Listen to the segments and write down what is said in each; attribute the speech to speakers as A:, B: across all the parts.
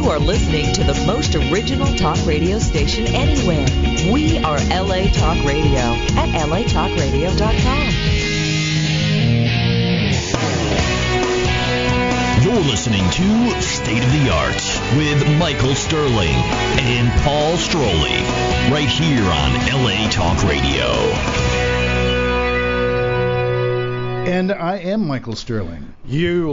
A: listening to the most original talk radio station anywhere. We are LA Talk Radio at latalkradio.com.
B: You're listening to State of the Arts with Michael Sterling and Paul Stroley right here on LA Talk Radio.
C: And I am Michael Sterling.
D: You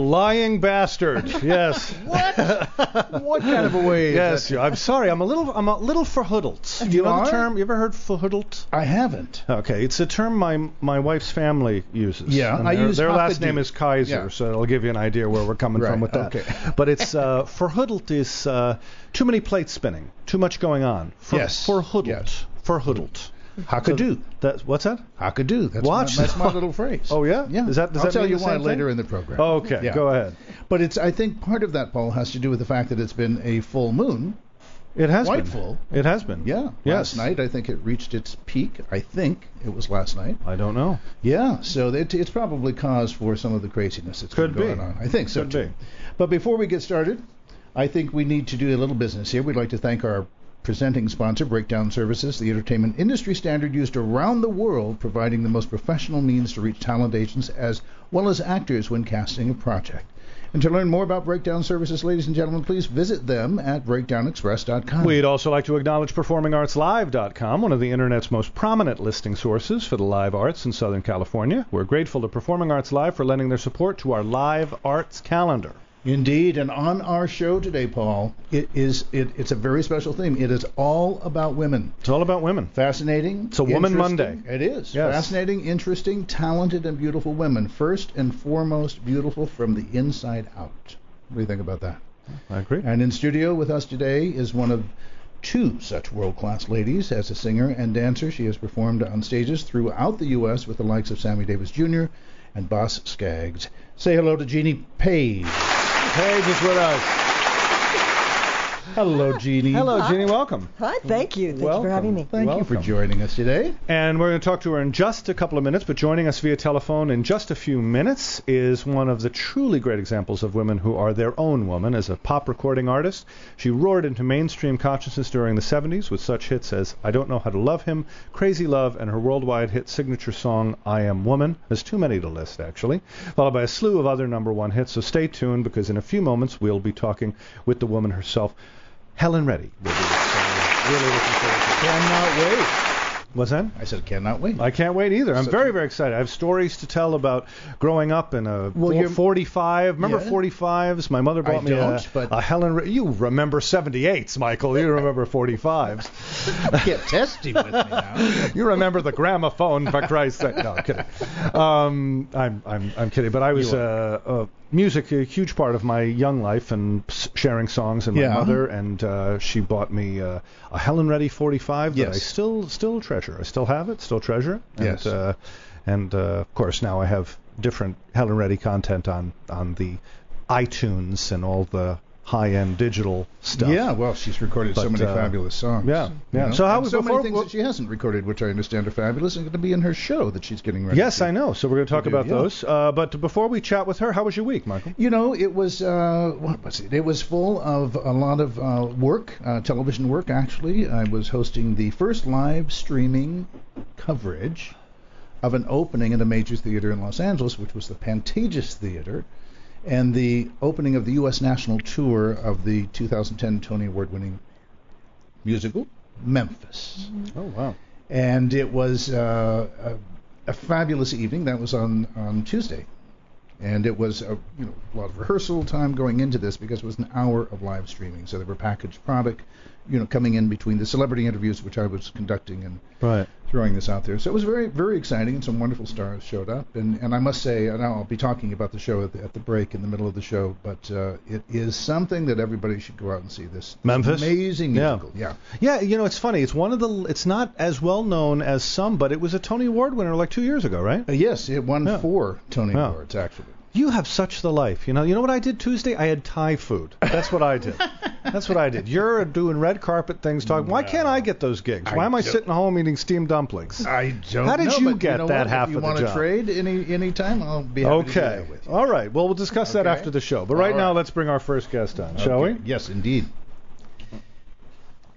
D: lying bastard. Yes.
C: What kind of a way?
D: yes. you- I'm sorry. I'm a little I'm a little verhuddled. Do you,
C: You
D: know
C: are?
D: the term? You ever heard verhuddled?
C: I haven't.
D: Okay, it's a term my my wife's family uses.
C: Yeah,
D: And
C: I
D: their,
C: use
D: their last
C: Hafadu.
D: name is Kaiser,
C: Yeah.
D: so it'll give you an idea where we're coming
C: Right,
D: from with that.
C: okay.
D: But it's uh, verhuddled is uh, too many plates spinning, too much going on. For,
C: Yes,
D: Verhuddled.
C: yes.
D: Verhuddled.
C: Hakadu.
D: That, what's that?
C: Hakadu. That's
D: Watch
C: My, that's my
D: that.
C: little phrase.
D: Oh yeah.
C: Yeah.
D: Is that? Does
C: I'll
D: that
C: tell
D: mean
C: you
D: the
C: why
D: same
C: later
D: thing? Oh,
C: in the program.
D: Okay.
C: Yeah.
D: Go ahead.
C: But it's. I think part of that, Paul, has to do with the fact that it's been a full moon.
D: It has
C: Quite
D: been.
C: full.
D: It has been.
C: Yeah.
D: Yes.
C: Last night, I think it reached its peak. I think it was last night.
D: I don't know.
C: Yeah. So it, it's probably cause for some of the craziness that's
D: Could
C: been
D: be.
C: going on. I think so
D: Could
C: too.
D: be.
C: But before we get started, I think we need to do a little business here. We'd like to thank our presenting sponsor, Breakdown Services, the entertainment industry standard used around the world, providing the most professional means to reach talent agents as well as actors when casting a project. And to learn more about Breakdown Services, ladies and gentlemen, please visit them at breakdownexpress.com.
D: We'd also like to acknowledge PerformingArtsLive.com, one of the Internet's most prominent listing sources for the live arts in Southern California. We're grateful to Performing Arts Live for lending their support to our live arts calendar.
C: Indeed, and on our show today, Paul, it is it, it's a very special theme. It is all about women.
D: It's all about women.
C: Fascinating.
D: It's a Woman
C: interesting-
D: Monday.
C: It is.
D: Yes.
C: Fascinating, interesting, talented, and beautiful women. First and foremost, beautiful from the inside out. What do you think about that?
D: I agree.
C: And in studio with us today is one of two such world class ladies as a singer and dancer. She has performed on stages throughout the U.S. with the likes of Sammy Davis Jr. and Boss Skaggs. Say hello to Jeannie Page.
D: Paige is with us.
C: Hello, Jeannie.
D: Hello, Jeannie. Welcome.
E: Hi, thank you. Thank you
D: Welcome.
E: for having me.
C: Thank you for
D: Welcome.
C: joining us today.
D: And we're going to talk to her in just a couple of minutes, but joining us via telephone in just a few minutes is one of the truly great examples of women who are their own woman as a pop recording artist. She roared into mainstream consciousness during the 70s with such hits as I Don't Know How to Love Him, Crazy Love, and her worldwide hit signature song I Am Woman. There's too many to list, actually, followed by a slew of other number one hits, so stay tuned because in a few moments we'll be talking with the woman herself, Helen Reddy. will be with us. So, really looking forward to
C: Cannot wait.
D: What's that?
C: I said, cannot wait.
D: I can't wait either. I'm
C: So-
D: very, very excited. I have stories to tell about growing up in a
C: Well,
D: four-
C: you're-
D: 45. Remember
C: Yeah.
D: 45s? My mother bought me
C: don't,
D: a,
C: but-
D: a Helen. Re- you remember 78s, Michael. You remember 45s.
C: Get testy with me now.
D: You remember the gramophone, for Christ's sake. No, I'm kidding. Um, I'm, I'm, I'm kidding. But I was
C: You
D: uh, uh, music a huge part of my young life and s- sharing songs and
C: Yeah.
D: my mother. And uh, she bought me uh, a Helen Reddy 45 that I
C: Yes.
D: still still treasure. I still have it, still treasure it. And,
C: Yes.
D: Uh, and uh, of course now I have different Helen Reddy content on on the iTunes and all the high-end digital stuff.
C: Yeah, well, she's recorded so
D: But,
C: many
D: uh,
C: fabulous songs.
D: yeah,
C: you
D: yeah.
C: know?
D: So how
C: And
D: was
C: so
D: before-
C: many things
D: well-
C: that she hasn't recorded, which I understand are fabulous, and going to be in her show that she's getting ready.
D: Yes,
C: to.
D: I know. So we're going to talk
C: do,
D: about
C: yeah.
D: those. Uh, but before we chat with her, how was your week, Michael?
C: You know, it was uh, what was it? It was full of a lot of uh, work, uh, television work. Actually, I was hosting the first live streaming coverage of an opening at a major theater in Los Angeles, which was the Pantages Theater, and the opening of the U.S. national tour of the 2010 Tony Award-winning musical Memphis.
D: Oh wow.
C: and it was uh, a, a fabulous evening. That was on on Tuesday, and it was a you know a lot of rehearsal time going into this because it was an hour of live streaming. So there were packaged product, you know, coming in between the celebrity interviews which I was conducting and
D: Right.
C: throwing this out there. So it was very very exciting, and some wonderful stars showed up. And and I must say, and I'll be talking about the show at the, at the break in the middle of the show, but uh, it is something that everybody should go out and see. This
D: Memphis?
C: amazing
D: Yeah.
C: musical, yeah.
D: Yeah, you know it's funny. It's one of the. It's not as well known as some, but it was a Tony Award winner like two years ago, right?
C: Uh, yes, it won
D: Yeah.
C: four Tony
D: Yeah.
C: awards actually.
D: You have such the life. You know. You know what I did Tuesday? I had Thai food. That's what I did. That's what I did. You're doing red carpet things. Talking. Why can't I get those gigs? Why am I
C: don't-
D: sitting home eating steamed dumplings?
C: I don't.
D: How did
C: know,
D: you
C: but
D: get
C: know
D: that
C: what?
D: half
C: if you
D: of the
C: wanna
D: job?
C: trade any any time, I'll be happy to do
D: Okay. Oh,
C: that with you.
D: All right. Well, we'll discuss that
C: Okay.
D: after the show. But right,
C: All
D: now,
C: right.
D: let's bring our first guest on, shall we?
C: Yes, indeed.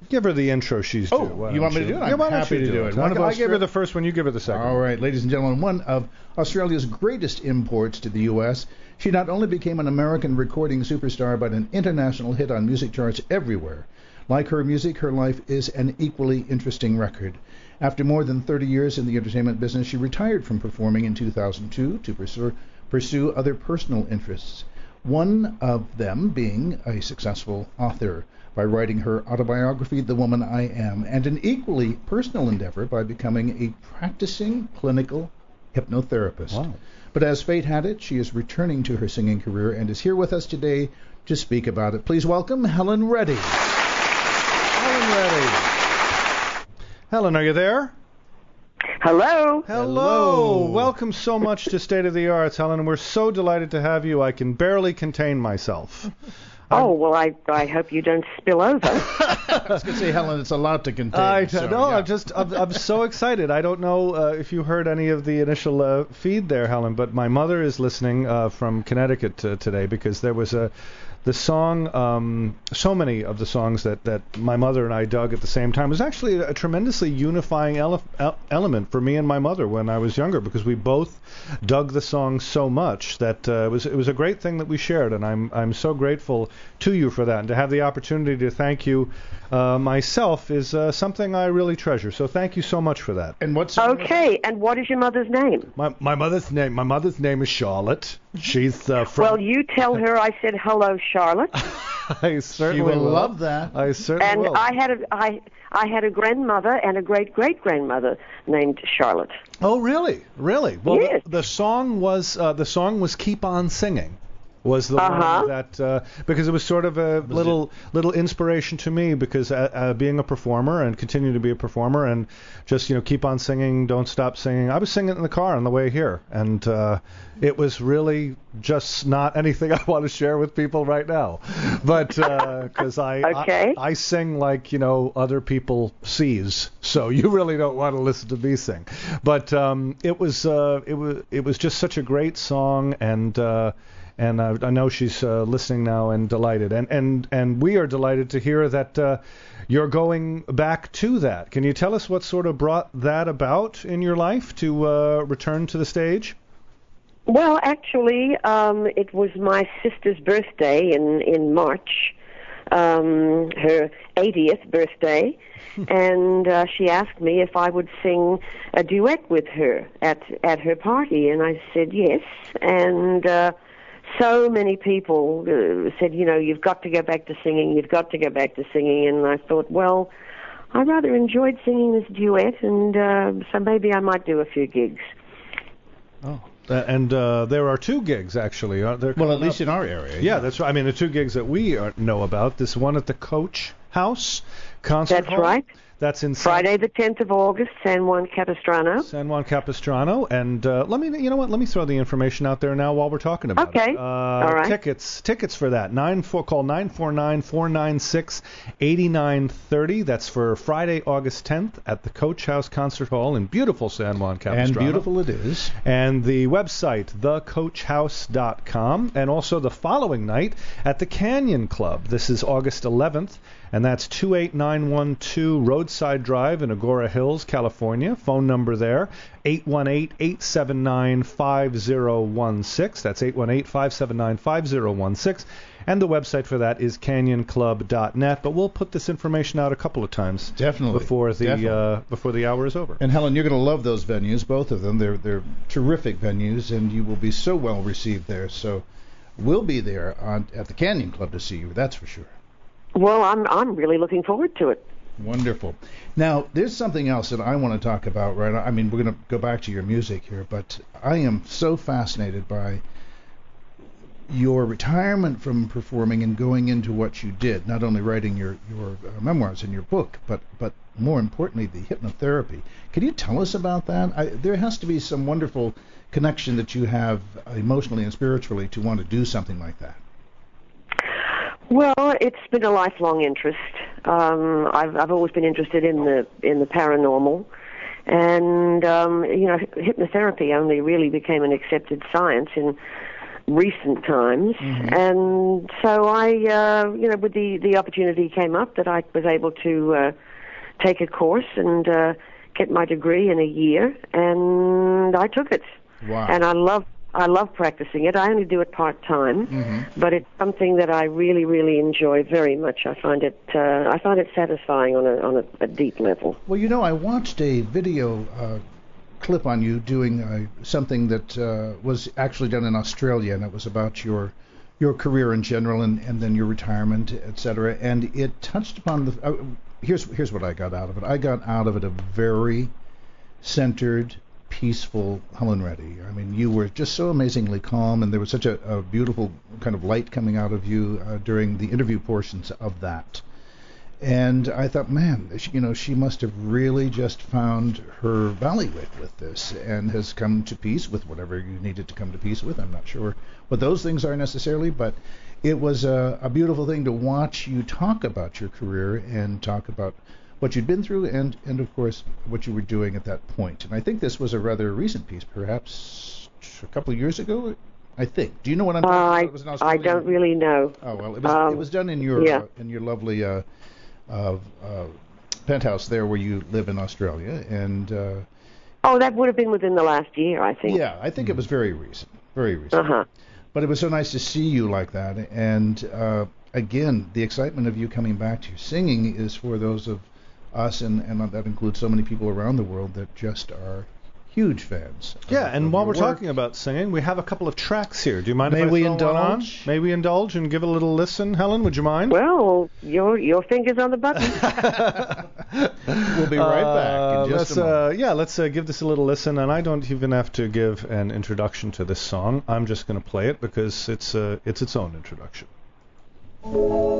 D: Give her the intro she's
C: Oh,
D: due. Why
C: you
D: don't
C: want me to do it?
D: Yeah,
C: I'm
D: why don't
C: happy
D: you
C: to do it. One
D: I,
C: of
D: I
C: us-
D: gave her the first one. You give her the second.
C: All right, ladies and gentlemen, one of Australia's greatest imports to the U.S. She not only became an American recording superstar, but an international hit on music charts everywhere. Like her music, her life is an equally interesting record. After more than 30 years in the entertainment business, she retired from performing in 2002 to pursue, pursue other personal interests. One of them being a successful author by writing her autobiography, The Woman I Am, and an equally personal endeavor by becoming a practicing clinical hypnotherapist.
D: Wow.
C: But as fate had it, she is returning to her singing career and is here with us today to speak about it. Please welcome Helen Reddy.
D: Helen ready. Helen, are you there?
E: Hello.
D: Um, Hello. Welcome so much to State of the Arts, Helen. We're so delighted to have you. I can barely contain myself.
E: Oh well, I I hope you don't spill over.
C: I was going to say, Helen, it's a lot to contain.
D: I
C: so,
D: no,
C: yeah.
D: I'm just I'm, I'm so excited. I don't know uh, if you heard any of the initial uh, feed there, Helen, but my mother is listening uh, from Connecticut uh, today because there was a the song. Um, so many of the songs that that my mother and I dug at the same time was actually a tremendously unifying ele- el- element for me and my mother when I was younger because we both dug the song so much that uh, it was it was a great thing that we shared, and I'm I'm so grateful to you for that, and to have the opportunity to thank you uh, myself is uh, something I really treasure. So thank you so much for that.
C: And what's
E: Okay. And what is your mother's name?
D: My my mother's name my mother's name is Charlotte. She's uh, from.
E: Well, you tell her I said hello, Charlotte.
D: I certainly
C: You will love that.
D: I certainly
E: And
D: will.
E: I had a I I had a grandmother and a great great grandmother named Charlotte.
D: Oh, really? Really? Well,
E: Yes.
D: the, the song was uh, the song was "Keep on Singing." Was the
E: Uh-huh.
D: one that uh, because it was sort of a little little inspiration to me because uh, uh, being a performer and continuing to be a performer and just you know keep on singing, don't stop singing. I was singing in the car on the way here, and uh, it was really just not anything I want to share with people right now, but because I, I-
E: Okay.
D: I sing like you know other people sees, so you really don't want to listen to me sing. But um, it was uh, it was it was just such a great song, and uh, and I, I know she's uh, listening now and delighted, and and and we are delighted to hear that uh, you're going back to that. Can you tell us what sort of brought that about in your life to uh, return to the stage?
E: Well, actually, um, it was my sister's birthday in in March, um, her 80th birthday, and uh, she asked me if I would sing a duet with her at at her party, and I said yes, and. Uh, so many people uh, said, you know, you've got to go back to singing, you've got to go back to singing. And I thought, well, I rather enjoyed singing this duet, and uh, so maybe I might do a few gigs.
D: Oh. and uh, there are two gigs actually, aren't there?
C: well, at
D: coming up?
C: least in our area.
D: Yeah, that's right. I mean, the two gigs that we are, know about. This one at the Coach House concert
E: That's
D: hall.
E: right.
D: That's in San-
E: Friday the 10th of August, San Juan Capistrano.
D: San Juan Capistrano, and uh, let me, you know what? Let me throw the information out there now while we're talking about it.
E: Okay.
D: Uh,
E: All right.
D: Tickets, tickets for that. Nine four call nine four nine four nine six eighty nine thirty. That's for Friday, August tenth, at the Coach House Concert Hall in beautiful San Juan Capistrano.
C: And beautiful it is.
D: and the website thecoachhouse.com and also the following night at the Canyon Club. This is August 11th and that's 28912 Roadside Drive in Agora Hills, California. Phone number there 818-879-5016. That's 818-579-5016 and the website for that is canyonclub.net, but we'll put this information out a couple of times
C: Definitely,
D: before the
C: definitely.
D: uh, before the hour is over.
C: And Helen, you're going to love those venues, both of them. They're they're terrific venues, and you will be so well received there. So, we'll be there on, at the Canyon Club to see you. That's for sure.
E: Well, I'm I'm really looking forward to it.
C: Wonderful. Now, there's something else that I want to talk about, right? I mean, we're going to go back to your music here, but I am so fascinated by your retirement from performing and going into what you did, not only writing your, your uh, memoirs and your book, but, but more importantly, the hypnotherapy. Can you tell us about that? I, there has to be some wonderful connection that you have emotionally and spiritually to want to do something like that.
E: Well, it's been a lifelong interest. Um, I've I've always been interested in the in the paranormal, and um, you know, hypnotherapy only really became an accepted science in recent times, and so I, uh, you know, with the the opportunity came up that I was able to uh, take a course and uh, get my degree in a year, and I took it.
C: Wow.
E: And I love I love practicing it. I only do it part time,
C: Mm-hmm.
E: but it's something that I really really enjoy very much. I find it uh, I find it satisfying on a on a, a deep level.
C: Well, you know, I watched a video uh, clip on you doing uh, something that uh, was actually done in Australia, and it was about your your career in general, and, and then your retirement, et cetera. And it touched upon the. Uh, here's here's what I got out of it. I got out of it a very centered, peaceful Helen Reddy. I mean, you were just so amazingly calm, and there was such a, a beautiful kind of light coming out of you uh, during the interview portions of that. And I thought, man, she, you know, she must have really just found her valley with, with this and has come to peace with whatever you needed to come to peace with. I'm not sure what those things are necessarily, but it was a, a beautiful thing to watch you talk about your career and talk about what you'd been through and, and, of course, what you were doing at that point. And I think this was a rather recent piece, perhaps a couple of years ago, I think. Do you know what I'm talking about?
E: Uh, I
C: It was an
E: I
C: Australian-
E: don't really know.
C: Oh well, it was it
E: Um,
C: was done in your
E: yeah.
C: uh, in your lovely uh, uh, uh, penthouse there where you live in Australia, and uh,
E: Oh, that would have been within the last year, I think.
C: yeah, I think it was very recent, very recent.
E: Uh huh.
C: But it was so nice to see you like that, and uh, again, the excitement of you coming back to your singing is for those of us, and and that includes so many people around the world that just are huge fans. of-
D: Yeah, and
C: of
D: while
C: your
D: we're
C: work.
D: talking about singing, we have a couple of tracks here. Do you mind
C: May
D: if I
C: we
D: throw one on?
C: indulge?
D: May we indulge and give a little listen, Helen? Would you mind?
E: Well, your your fingers on the button.
C: we'll be right
D: Uh,
C: back in just
D: let's,
C: a moment.
D: uh, yeah, let's uh, give this a little listen, and I don't even have to give an introduction to this song. I'm just going to play it because it's uh, it's its own introduction.
F: Tell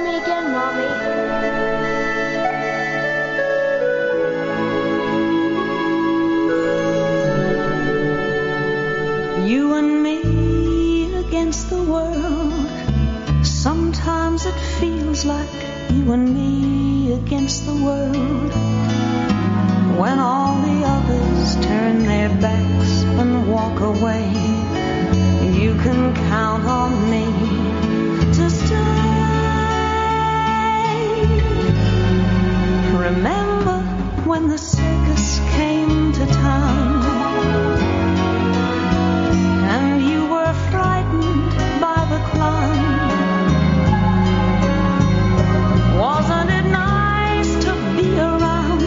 F: me again, Mommy.
G: You and me against the world. Sometimes it feels like you and me against the world. When all the others turn their backs and walk away, you can count on me to stay. Remember when the circus came to town? and you were frightened by the clown. Wasn't it nice to be around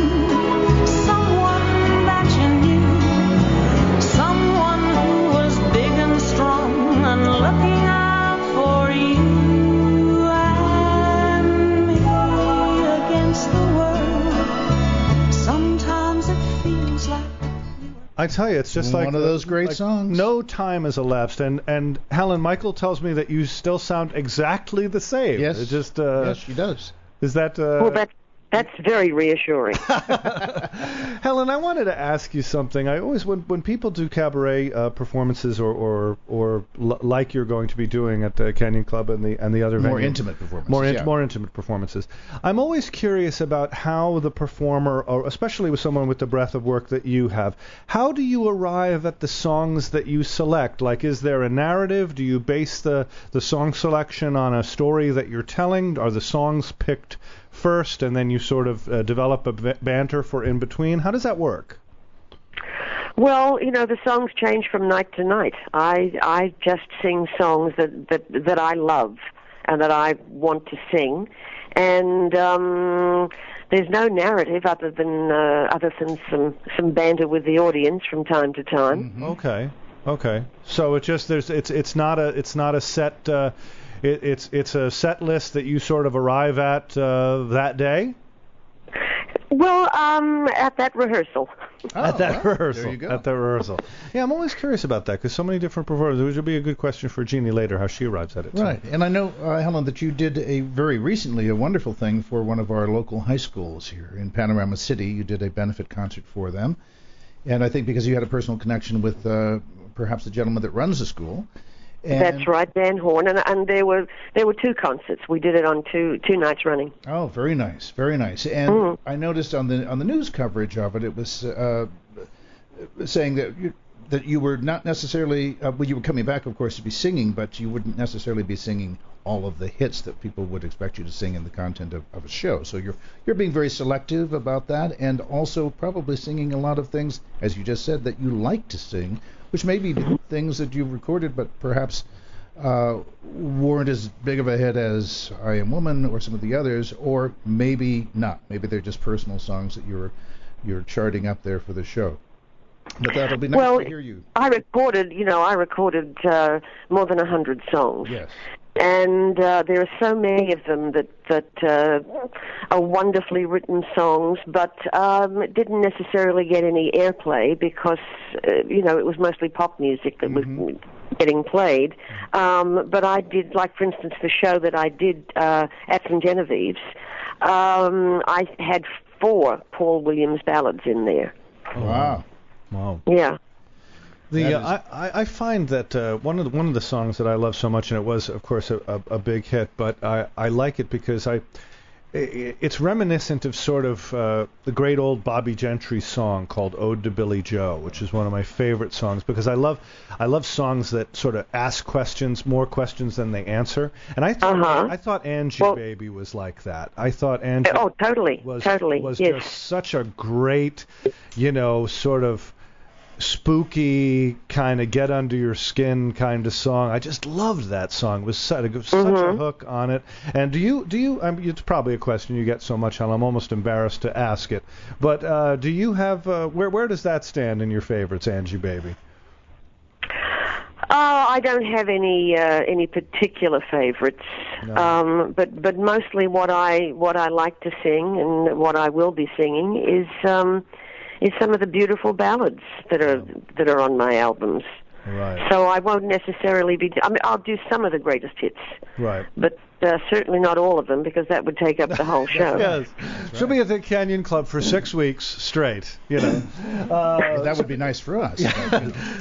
G: someone that you knew, someone who was big and strong and looking out for you and me against the world? Sometimes it feels like
D: I tell you, it's just like
C: One of
D: the-
C: those great
D: like
C: songs.
D: No time has elapsed, and and Helen Michael tells me that you still sound exactly the same.
C: Yes,
D: It just uh,
C: yes, she does.
D: is that. Uh,
E: Well, that that's very reassuring.
D: Helen, I wanted to ask you something. I always, when when people do cabaret uh, performances or or or l- like you're going to be doing at the Canyon Club and the and the other
C: More
D: venue-
C: intimate performances,
D: more in-
C: yeah.
D: more intimate performances. I'm always curious about how the performer, or especially with someone with the breadth of work that you have, how do you arrive at the songs that you select? Like, is there a narrative? Do you base the the song selection on a story that you're telling? Are the songs picked first, and then you sort of uh, develop a b- banter for in between? How does that work?
E: well, you know, the songs change from night to night. I I just sing songs that that that I love and that I want to sing, and um, there's no narrative other than uh, other than some some banter with the audience from time to time.
D: Okay. Okay. So it just there's it's it's not a it's not a set uh, it, it's it's a set list that you sort of arrive at uh, that day
E: Well, um, at that rehearsal.
C: Oh,
D: at that
C: well,
D: rehearsal
C: There you go.
D: at that rehearsal. Yeah, I'm always curious about that because so many different performers. Which would be a good question for Jeannie later how she arrives at it. too.
C: Right, and I know uh, Helen that you did a very recently a wonderful thing for one of our local high schools here in Panorama City. You did a benefit concert for them, and I think because you had a personal connection with uh, perhaps the gentleman that runs the school. And,
E: That's right, Dan Horn, and and there were there were two concerts. We did it on two two nights running.
C: Oh, very nice, very nice. And I noticed on the on the news coverage of it, it was uh, saying that you, that you were not necessarily uh, well, you were coming back, of course, to be singing, but you wouldn't necessarily be singing all of the hits that people would expect you to sing in the content of, of a show. So you're you're being very selective about that, and also probably singing a lot of things, as you just said, that you like to sing, which may be things that you've recorded, but perhaps uh, weren't as big of a hit as I Am Woman or some of the others, or maybe not. Maybe they're just personal songs that you're you're charting up there for the show. But that'll be nice
E: well,
C: to hear you.
E: I recorded, you know, I recorded uh, more than a hundred songs.
C: Yes.
E: And uh, there are so many of them that that uh, are wonderfully written songs, but um, didn't necessarily get any airplay because uh, you know it was mostly pop music that
D: Mm-hmm.
E: was getting played. Um, but I did, like for instance, the show that I did uh, at St Genevieve's, um, I had four Paul Williams ballads in there.
C: Wow.
D: Wow.
E: Yeah.
D: The
C: That
D: uh, I, I- I find that uh, one of the, one of the songs that I love so much, and it was of course a, a, a big hit, but I, I like it because I i- i it's reminiscent of sort of uh, the great old Bobby Gentry song called Ode to Billy Joe, which is one of my favorite songs because I love I love songs that sort of ask questions, more questions than they answer, and I thought
E: Uh-huh.
D: I thought Angie
E: Well-
D: Baby was like that. I thought Angie
E: Oh, totally,
D: was
E: totally.
D: was
E: yes.
D: just such a great, you know, sort of spooky kind of get under your skin kind of song. I just loved that song. It was such, it was such
E: Mm-hmm.
D: a hook on it. And do you do you? I mean, it's probably a question you get so much, and I'm almost embarrassed to ask it. But uh, do you have uh, where where does that stand in your favorites, Angie Baby?
E: Oh, I don't have any uh, any particular favorites, um, but but mostly what I what I like to sing and what I will be singing is um, is some of the beautiful ballads that are that are on my albums.
D: Right,
E: So I won't necessarily be. I mean, I'll do some of the greatest hits,
D: right.
E: but uh, certainly not all of them because that would take up the whole show.
D: Yes, she'll be at the Canyon Club for six weeks straight. You know.
C: that would be nice for us.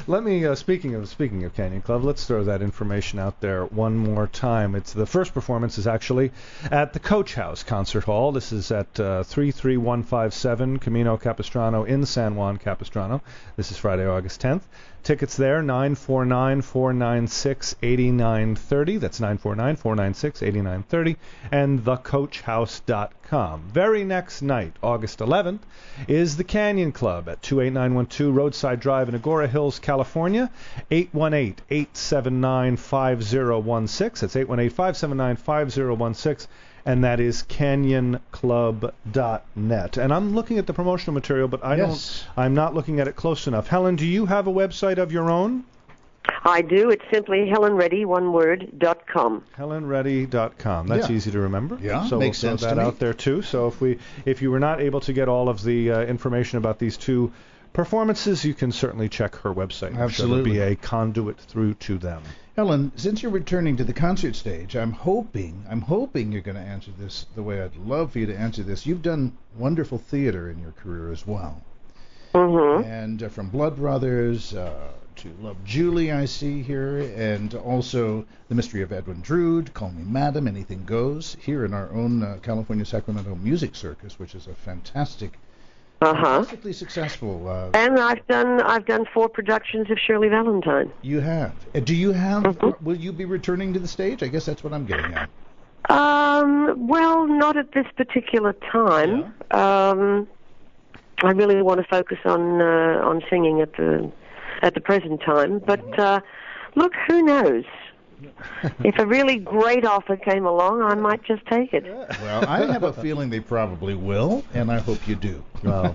D: Let me uh, speaking of speaking of Canyon Club, let's throw that information out there one more time. It's the first performance is actually at the Coach House Concert Hall. This is at uh, 33157 Camino Capistrano in San Juan Capistrano. This is Friday, August 10th. Tickets there 949-496-8930. That's 949-496-8930 and thecoachhouse.com. Very next night, August 11th, is the Canyon Club at 28912 Roadside Drive in Agora Hills, California. 818-879-5016. That's 818-579-5016 and that is canyonclub.net. And I'm looking at the promotional material, but I
C: Yes.
D: don't I'm not looking at it close enough. Helen, do you have a website of your own?
E: I do. It's simply Helen Reddy, one word, dot com.
D: HelenReady.com. That's
C: Yeah.
D: easy to remember.
C: Yeah,
D: so
C: makes
D: we'll
C: sense
D: throw
C: to
D: that
C: me.
D: out there too. So if we, if you were not able to get all of the uh, information about these two performances, you can certainly check her website. I'm sure there'll
C: Absolutely.
D: be a conduit through to them.
C: Helen, since you're returning to the concert stage, I'm hoping, I'm hoping you're going to answer this the way I'd love for you to answer this. You've done wonderful theater in your career as well,
E: Mm-hmm.
C: and uh, from Blood Brothers uh, to Love Julie, I see here, and also The Mystery of Edwin Drood, Call Me Madam, Anything Goes, here in our own uh, California Sacramento Music Circus, which is a fantastic,
E: Uh huh.
C: fantastically successful. Uh,
E: And I've done I've done four productions of Shirley Valentine.
C: you have. Uh, Do you have? Will you be returning to the stage? I guess that's what I'm getting at.
E: Um, well, not at this particular time. Um, I really want to focus on uh, on singing at the at the present time. But uh, look, who knows? if a really great offer came along, I might just take it.
C: Well, I have a feeling they probably will, and I hope you do. Um,
D: Well,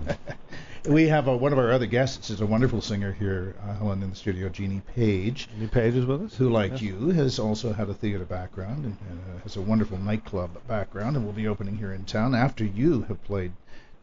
C: We have a, one of our other guests is a wonderful singer here, uh, Helen, in the studio, Jeannie Page,
D: any pages with us?
C: who, like you, has also had a theater background and uh, has a wonderful nightclub background, and will be opening here in town after you have played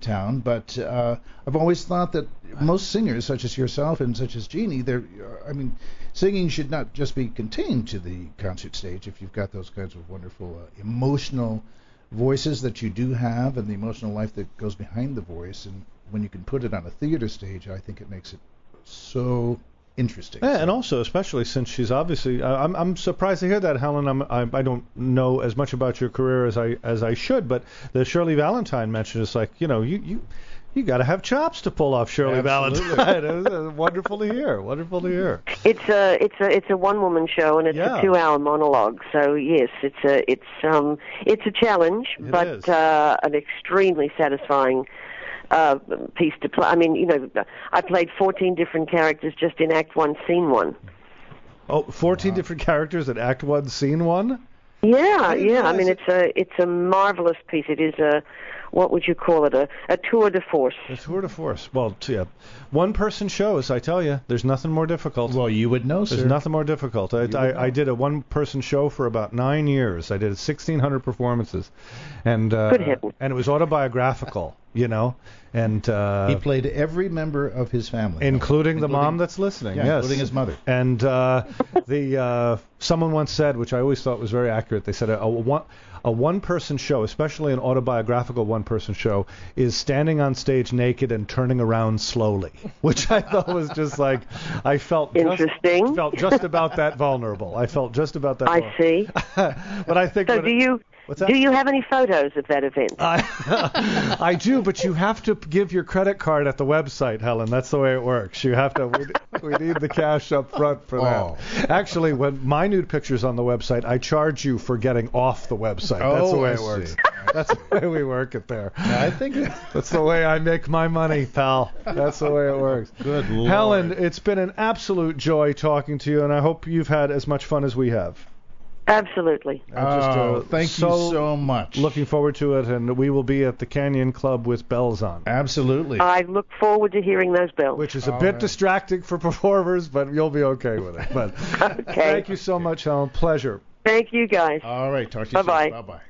C: town. But uh, I've always thought that most singers, such as yourself and such as Jeannie, they're, uh, I mean, singing should not just be contained to the concert stage if you've got those kinds of wonderful uh, emotional voices that you do have and the emotional life that goes behind the voice and when you can put it on a theater stage i think it makes it so interesting
D: Yeah, and also, especially since she's obviously, I I'm, I'm surprised to hear that, Helen. I'm, I, I don't know as much about your career as I as I should, but the Shirley Valentine mention is like, you know, you you you got to have chops to pull off Shirley
H: Absolutely.
D: Valentine. It was, uh, wonderful to hear. Wonderful to hear.
E: It's a it's a it's a one woman show and it's
D: Yeah.
E: a two hour monologue. So yes, it's a it's um it's a challenge,
D: It
E: but
D: is.
E: uh, an extremely satisfying uh piece to play. I mean, you know, I played 14 different characters just in Act One, Scene One.
D: Oh, 14 different characters in Act One, Scene One.
E: Yeah,
D: didn't
E: yeah. I mean,
D: realize
E: it's a it's a marvelous piece. It is a what would you call it? A a tour de force.
D: The tour de force. Well, t- yeah. one person shows. I tell you, there's nothing more difficult.
C: Well, you would know,
D: There's
C: sir.
D: nothing more difficult. I, I, I did a one-person show for about nine years. I did 1,600 performances, and uh,
E: Good heavens.
D: and it was autobiographical, you know, and uh,
C: he played every member of his family,
D: including the mom that's listening.
C: yeah,
D: yes,
C: including his mother.
D: And uh, the uh, someone once said, which I always thought was very accurate. They said a, a one a one person show, especially an autobiographical one person show, is standing on stage naked and turning around slowly, which I thought was just like I felt just-
E: Interesting.
D: felt just about that vulnerable. I felt just about that.
E: I
D: vulnerable.
E: see.
D: But I think
E: So
D: what
E: do
D: it-
E: you
D: Oh. What's that?
E: do you have any photos of that event?
D: I, I do, but you have to give your credit card at the website, Helen. That's the way it works. You have to. We, we need the cash up front for
C: Oh.
D: that. Actually, when my nude picture's on the website, I charge you for getting off the website. That's the
C: Oh,
D: way
C: I
D: it works.
C: see.
D: That's the way we work it there.
C: I think
D: That's the way I make my money, pal. That's the way it works.
H: Good lord.
D: Helen, it's been an absolute joy talking to you, and I hope you've had as much fun as we have.
E: Absolutely.
D: I'm just,
C: Oh,
D: uh,
C: thank
D: so
C: you so much.
D: Looking forward to it, and we will be at the Canyon Club with bells on.
C: absolutely.
E: I look forward to hearing those bells.
D: which is a bit
C: right.
D: distracting for performers, but you'll be okay with it. But thank you so much, Helen. Pleasure.
E: Thank you guys.
C: All right, talk to you
E: Bye-bye.
C: soon. Bye bye.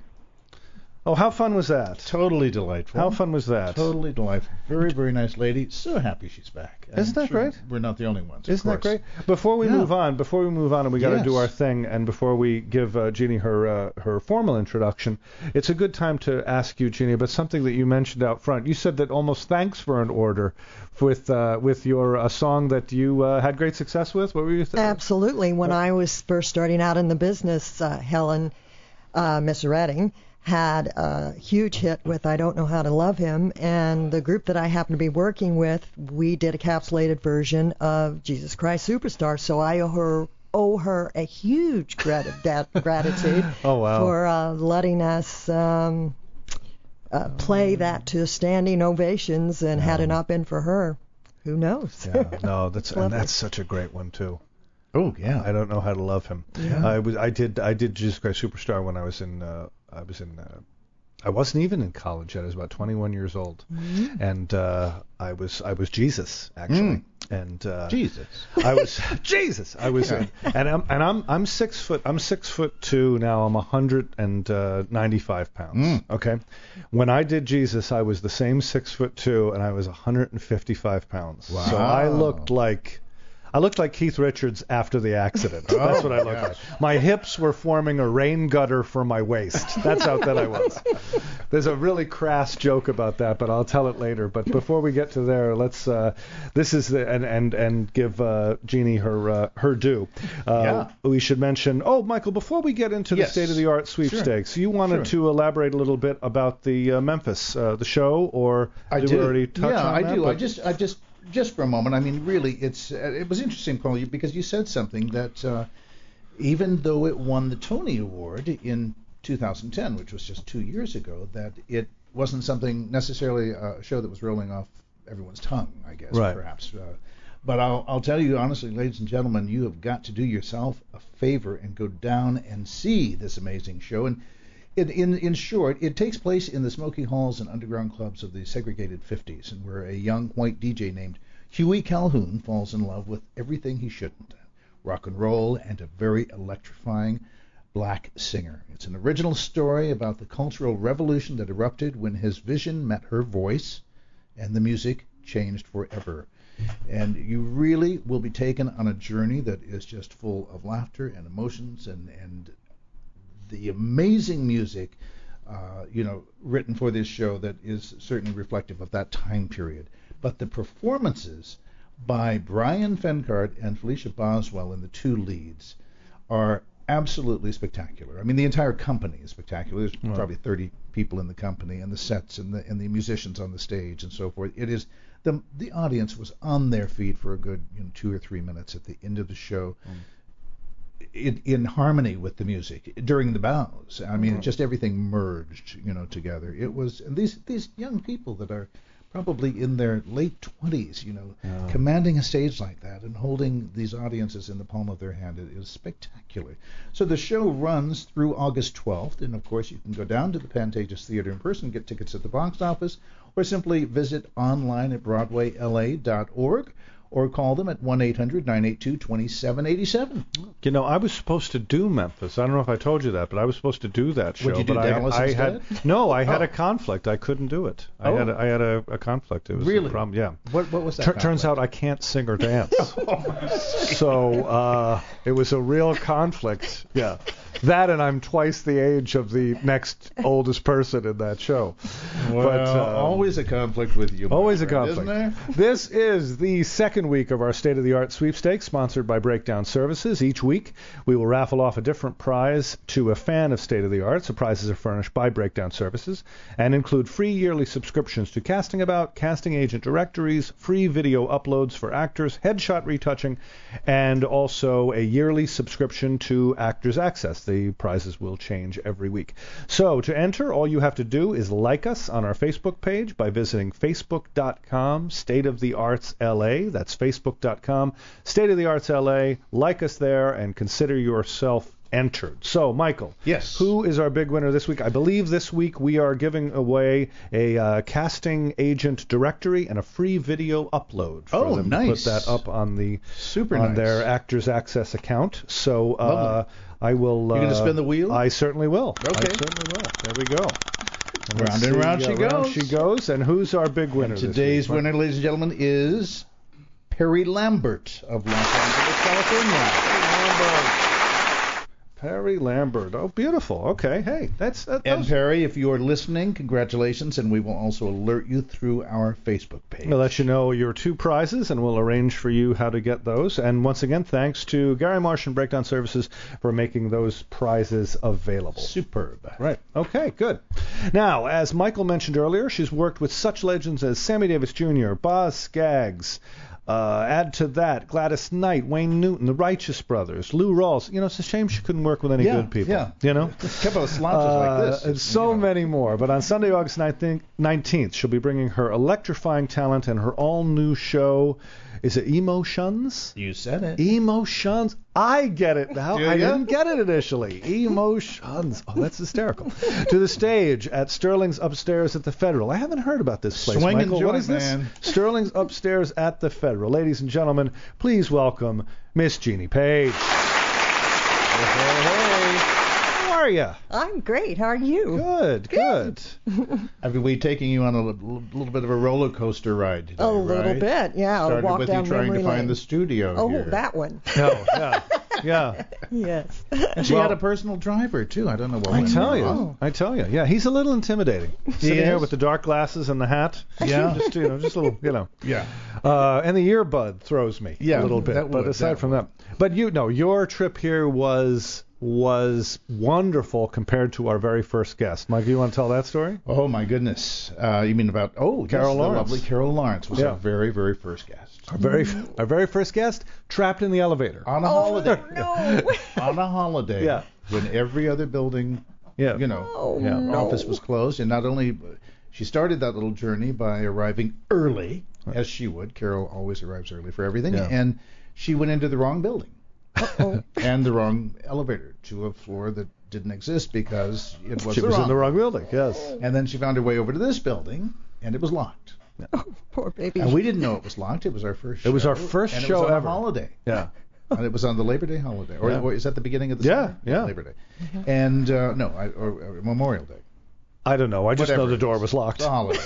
D: Oh, how fun was that?
C: Totally delightful.
D: How fun was that?
C: Totally delightful. Very, very nice lady. So happy she's back. I'm
D: Isn't that
C: sure
D: great?
C: We're not the only ones. of
D: Isn't that
C: course.
D: great? Before we
C: Yeah.
D: move on, before we move on, and we got to do
C: Yes.
D: our thing, and before we give uh, Jeannie her uh, her formal introduction, it's a good time to ask you, Jeannie, about something that you mentioned out front. You said that almost thanks for an order with uh, with your uh, song that you uh, had great success with. What were you? Th-
I: Uh, Absolutely. When I was first starting out in the business, uh, Helen, uh, Miss Redding, had a huge hit with I Don't Know How to Love Him, and the group that I happened to be working with, we did a capsulated version of Jesus Christ Superstar. So I owe her, owe her a huge grat- dat- gratitude
D: Oh, wow.
I: for uh, letting us. Um, uh,
D: Um.
I: play that to standing ovations, and had it not been for her, who knows?
D: Yeah, no, that's and
I: Lovely.
D: that's such a great one too.
C: Oh, yeah.
D: I don't know how to love him. I was I did I did Jesus Christ Superstar when I was in uh, I was in uh, I wasn't even in college yet. I was about 21 years old, and uh, I was I was Jesus actually, and uh,
C: Jesus.
D: I was Jesus. I was, and I'm and I'm I'm six foot. I'm six foot two now. I'm 195 uh, pounds. Okay, when I did Jesus, I was the same six foot two, and I was 155 pounds. So I looked like. I looked like Keith Richards after the accident. That's what I looked like. My hips were forming a rain gutter for my waist. That's how thin I was. There's a really crass joke about that, but I'll tell it later. But before we get to there, let's. Uh, this is the and and and give uh, Jeannie her uh, her due. Uh, We should mention. Oh, Michael, before we get into
C: Yes.
D: the state of the art sweepstakes, you wanted to elaborate a little bit about the uh, Memphis uh, the show, or
C: I
D: did
C: do.
D: we already touch
C: yeah,
D: on
C: I
D: that?
C: do. I
D: But-
C: just, I just, just for a moment. I mean, really, it's uh, it was interesting, Paul, you- because you said something that uh, even though it won the Tony Award in 2010, which was just two years ago, that it wasn't something necessarily uh, a show that was rolling off everyone's tongue. I guess,
D: Right.
C: perhaps. Uh, but I'll, I'll tell you honestly, ladies and gentlemen, you have got to do yourself a favor and go down and see this amazing show. And in, in, in short, it takes place in the smoky halls and underground clubs of the segregated 50s, and where a young white DJ named Huey Calhoun falls in love with everything he shouldn't rock and roll and a very electrifying black singer. It's an original story about the cultural revolution that erupted when his vision met her voice and the music changed forever. And you really will be taken on a journey that is just full of laughter and emotions and, and the amazing music, uh, you know, written for this show that is certainly reflective of that time period. But the performances by Brian Fencard and Felicia Boswell in the two leads are absolutely spectacular. I mean, the entire company is spectacular. There's probably 30 people in the company, and the sets, and the and the musicians on the stage, and so forth. It is the the audience was on their feet for a good you know, two or three minutes at the end of the show. In, in harmony with the music during the bows. I mean, just everything merged, you know, together. It was and these these young people that are probably in their late 20s, you know, commanding a stage like that and holding these audiences in the palm of their hand it is spectacular. So the show runs through August 12th, and of course you can go down to the Pantages Theater in person, get tickets at the box office, or simply visit online at BroadwayLA.org or call them at 1-800-982-2787.
D: You know, I was supposed to do Memphis. I don't know if I told you that, but I was supposed to do that show.
C: you do
D: but I-
C: Dallas
D: I,
C: instead?
D: had no. I had a conflict. I couldn't do it. I
C: Oh.
D: had a, I had a, a conflict. It was
C: Really?
D: a problem. Yeah.
C: What what was that? Oh,
D: Tur- turns out I can't sing or dance. so uh, it was a real conflict. Yeah. That and I'm twice the age of the next oldest person in that show.
C: but
D: um,
C: always a conflict with you. my
D: Always a
C: friend,
D: conflict.
C: Isn't there?
D: This is the second week of our State of the Art sweepstakes, sponsored by Breakdown Services. Each week, we will raffle off a different prize to a fan of State of the Art. The prizes are furnished by Breakdown Services and include free yearly subscriptions to Casting About, Casting Agent Directories, free video uploads for actors, headshot retouching, and also a yearly subscription to Actors Access. The prizes will change every week. So to enter, all you have to do is like us on our Facebook page by visiting facebook.com State of the Arts LA. That's facebook.com State of the Arts LA. Like us there and consider yourself entered. So Michael,
C: Yes.
D: who is our big winner this week? I believe this week we are giving away a uh, casting agent directory and a free video upload. For
C: Oh,
D: them
C: nice.
D: To put that up on the
C: Super
D: on
C: nice.
D: their Actors Access account. So uh,
C: Lovely.
D: I will.
C: You gonna
D: uh,
C: spin the wheel?
D: I certainly will. I
C: Okay.
D: certainly will. There we go.
C: Round and round she
D: Yeah, round
C: goes.
D: she goes. And who's our big winner? this
C: Today's
D: week, Mike?
C: winner, ladies and gentlemen, is Perry Lambert of Los Angeles, California.
D: Perry Lambert. Oh, beautiful. Okay. Hey, that's that,
C: And
D: those-
C: Perry, if you are listening, congratulations, and we will also alert you through our Facebook page.
D: We'll let you know your two prizes, and we'll arrange for you how to get those. And once again, thanks to Gary Marsh and Breakdown Services for making those prizes available.
C: Superb.
D: Right. Okay, good. Now, as Michael mentioned earlier, she's worked with such legends as Sammy Davis Jr., Boz Skaggs. Uh, add to that Gladys Knight, Wayne Newton, the Righteous Brothers, Lou Rawls. You know, it's a shame she couldn't work with any
C: Yeah,
D: good people.
C: yeah.
D: You know?
C: A couple of slouches
D: Uh,
C: like this.
D: And so
C: you know.
D: many more. But on Sunday, August 19th, 19th, she'll be bringing her electrifying talent and her all new show. Is it Emotions?
C: You said it.
D: Emotions. I get it now.
C: Do
D: I
C: ya?
D: didn't get it initially. Emotions. Oh, that's hysterical. to the stage at Sterling's Upstairs at the Federal. I haven't heard about this place,
C: Swingin'
D: Michael. what
C: joint,
D: is this?
C: man.
D: Sterling's Upstairs at the Federal. Ladies and gentlemen, please welcome Miss Jeannie Page. How are you?
I: I'm great. How are you?
D: Good, good.
C: I mean, we're taking you on a little, little bit of a roller coaster ride. Today,
I: A little
C: right?
I: bit, yeah. a
C: Started
I: walk
C: with
I: down
C: you trying
I: memory
C: to find
I: lane.
C: the studio
I: Oh,
C: here.
I: that one.
D: No, yeah, yeah.
I: yes.
C: And she
D: Well-
C: had a personal driver too. I don't know what.
D: Oh. I
C: went Oh.
D: tell
C: wrong.
D: you, I tell you. Yeah, he's a little intimidating. Sitting here
C: is?
D: with the dark glasses and the hat.
C: Yeah.
D: just you know, just a little, you know.
C: Yeah.
D: Uh, and the earbud throws me
C: Yeah,
D: a little bit.
C: that
D: but
C: would,
D: aside
C: that
D: from that, but you know, your trip here was was wonderful compared to our very first guest. Mike, you want to tell that story?
C: Oh my goodness. Uh, you mean about oh
D: Carol
C: yes,
D: Lawrence.
C: The lovely Carol Lawrence was
D: Yeah.
C: our very very first guest
D: Our very our very first guest trapped in the elevator.
C: on a
I: Oh,
C: holiday.
I: no.
C: On a holiday.
D: Yeah.
C: When every other building,
D: yeah.
C: you know,
I: Oh,
D: Yeah.
I: no.
C: office was closed, and not only she started that little journey by arriving early, as she would. Carol always arrives early for everything,
D: Yeah.
C: and she went into the wrong building and the wrong elevator to a floor that didn't exist because it was,
D: she
C: the
D: was
C: wrong.
D: in the wrong building. Yes.
C: And then she found her way over to this building, and it was locked.
I: Poor baby.
C: And we didn't know it was locked. It was our first.
D: It was
C: show,
D: our first
C: and
D: show
C: it was on
D: ever.
C: A holiday.
D: Yeah.
C: and it was on the Labor Day holiday, or
D: Yeah.
C: or is that the beginning of the
D: Yeah,
C: summer?
D: yeah.
C: Labor Day, and uh, no, I, or, or Memorial Day.
D: I don't know. I just
C: Whatever
D: know
C: Uh-huh.
D: the
C: it
D: door
C: is.
D: was locked.
C: The holiday.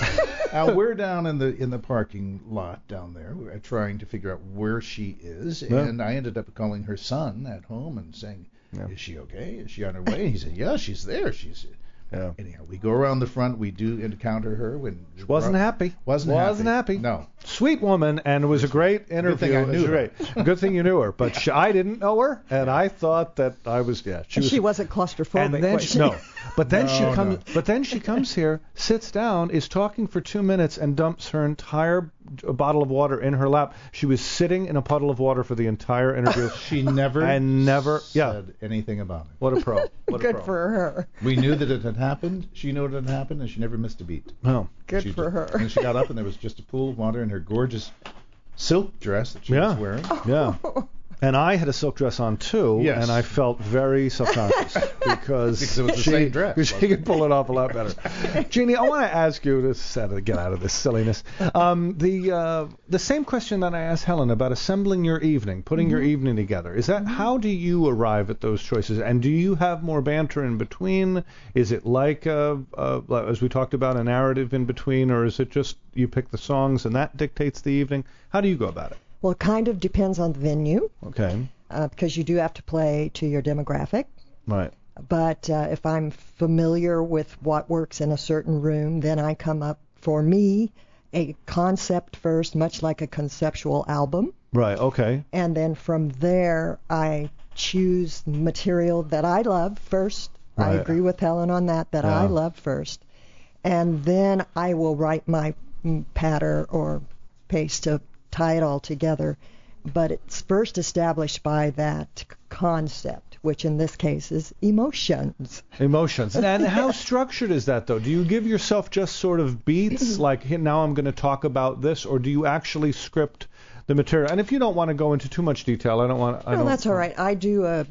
C: now we're down in the in the parking lot down there, we're trying to figure out where she is,
D: Yeah.
C: and I ended up calling her son at home and saying, "Is she okay? Is she on her way?" And he said, "Yeah, she's there. She's."
D: Yeah.
C: Anyhow, we go around the front. We do encounter her when
D: Wasn't happy.
C: Wasn't,
D: Wasn't happy.
C: No.
D: sweet woman, and it was a great interview.
C: thing I
D: It was
C: knew her.
D: great. Good thing you knew her, but she, I didn't know her, and I thought that I was yeah. She
I: And
D: was
I: she wasn't claustrophobic.
D: and then
I: was
D: she,
I: she?
D: no, but then
C: No,
D: she comes.
C: no.
D: But then she comes here, sits down, is talking for two minutes, and dumps her entire bottle of water in her lap. She was sitting in a puddle of water for the entire interview.
C: She never
D: I never- yeah.
C: said anything about it.
D: what a pro! What a
I: Good
D: pro.
I: for her.
C: We knew that it had happened. She knew it had happened, and she never missed a beat.
D: No.
I: Good
C: She
I: for
C: did.
I: her.
C: And she got up, and there was just a pool of water in her gorgeous silk dress that she
D: Yeah. Oh.
C: was wearing.
D: Yeah. And I had a silk dress on too,
C: Yes.
D: and I felt very self-conscious because,
C: Because it was the
D: she,
C: same dress,
D: because she
C: wasn't
D: could pull it off a lot better. Jeannie, I want to ask you to set- get out of this silliness. Um, the uh, the same question that I asked Helen about assembling your evening, putting your
C: Mm-hmm.
D: evening together. Is that how do you arrive at those choices? And do you have more banter in between? Is it like a, a, as we talked about a narrative in between, or is it just you pick the songs and that dictates the evening? How do you go about it?
I: Well, it kind of depends on the venue
D: Okay.
I: uh, because you do have to play to your demographic.
D: Right.
I: But uh, if I'm familiar with what works in a certain room, then I come up for me a concept first, much like a conceptual album.
D: Right. Okay.
I: And then from there, I choose material that I love first. I
D: Right.
I: agree with Helen on that, that I
D: Yeah.
I: love first. And then I will write my mm, patter or paste to tie it all together. But it's first established by that c- concept, which in this case is emotions.
D: Emotions. And how structured is that though? Do you give yourself just sort of beats like "Hey, now I'm going to talk about this or do you actually script the material? And if you don't want to go into too much detail, I don't want I
I: No,
D: don't
I: that's all right. I do a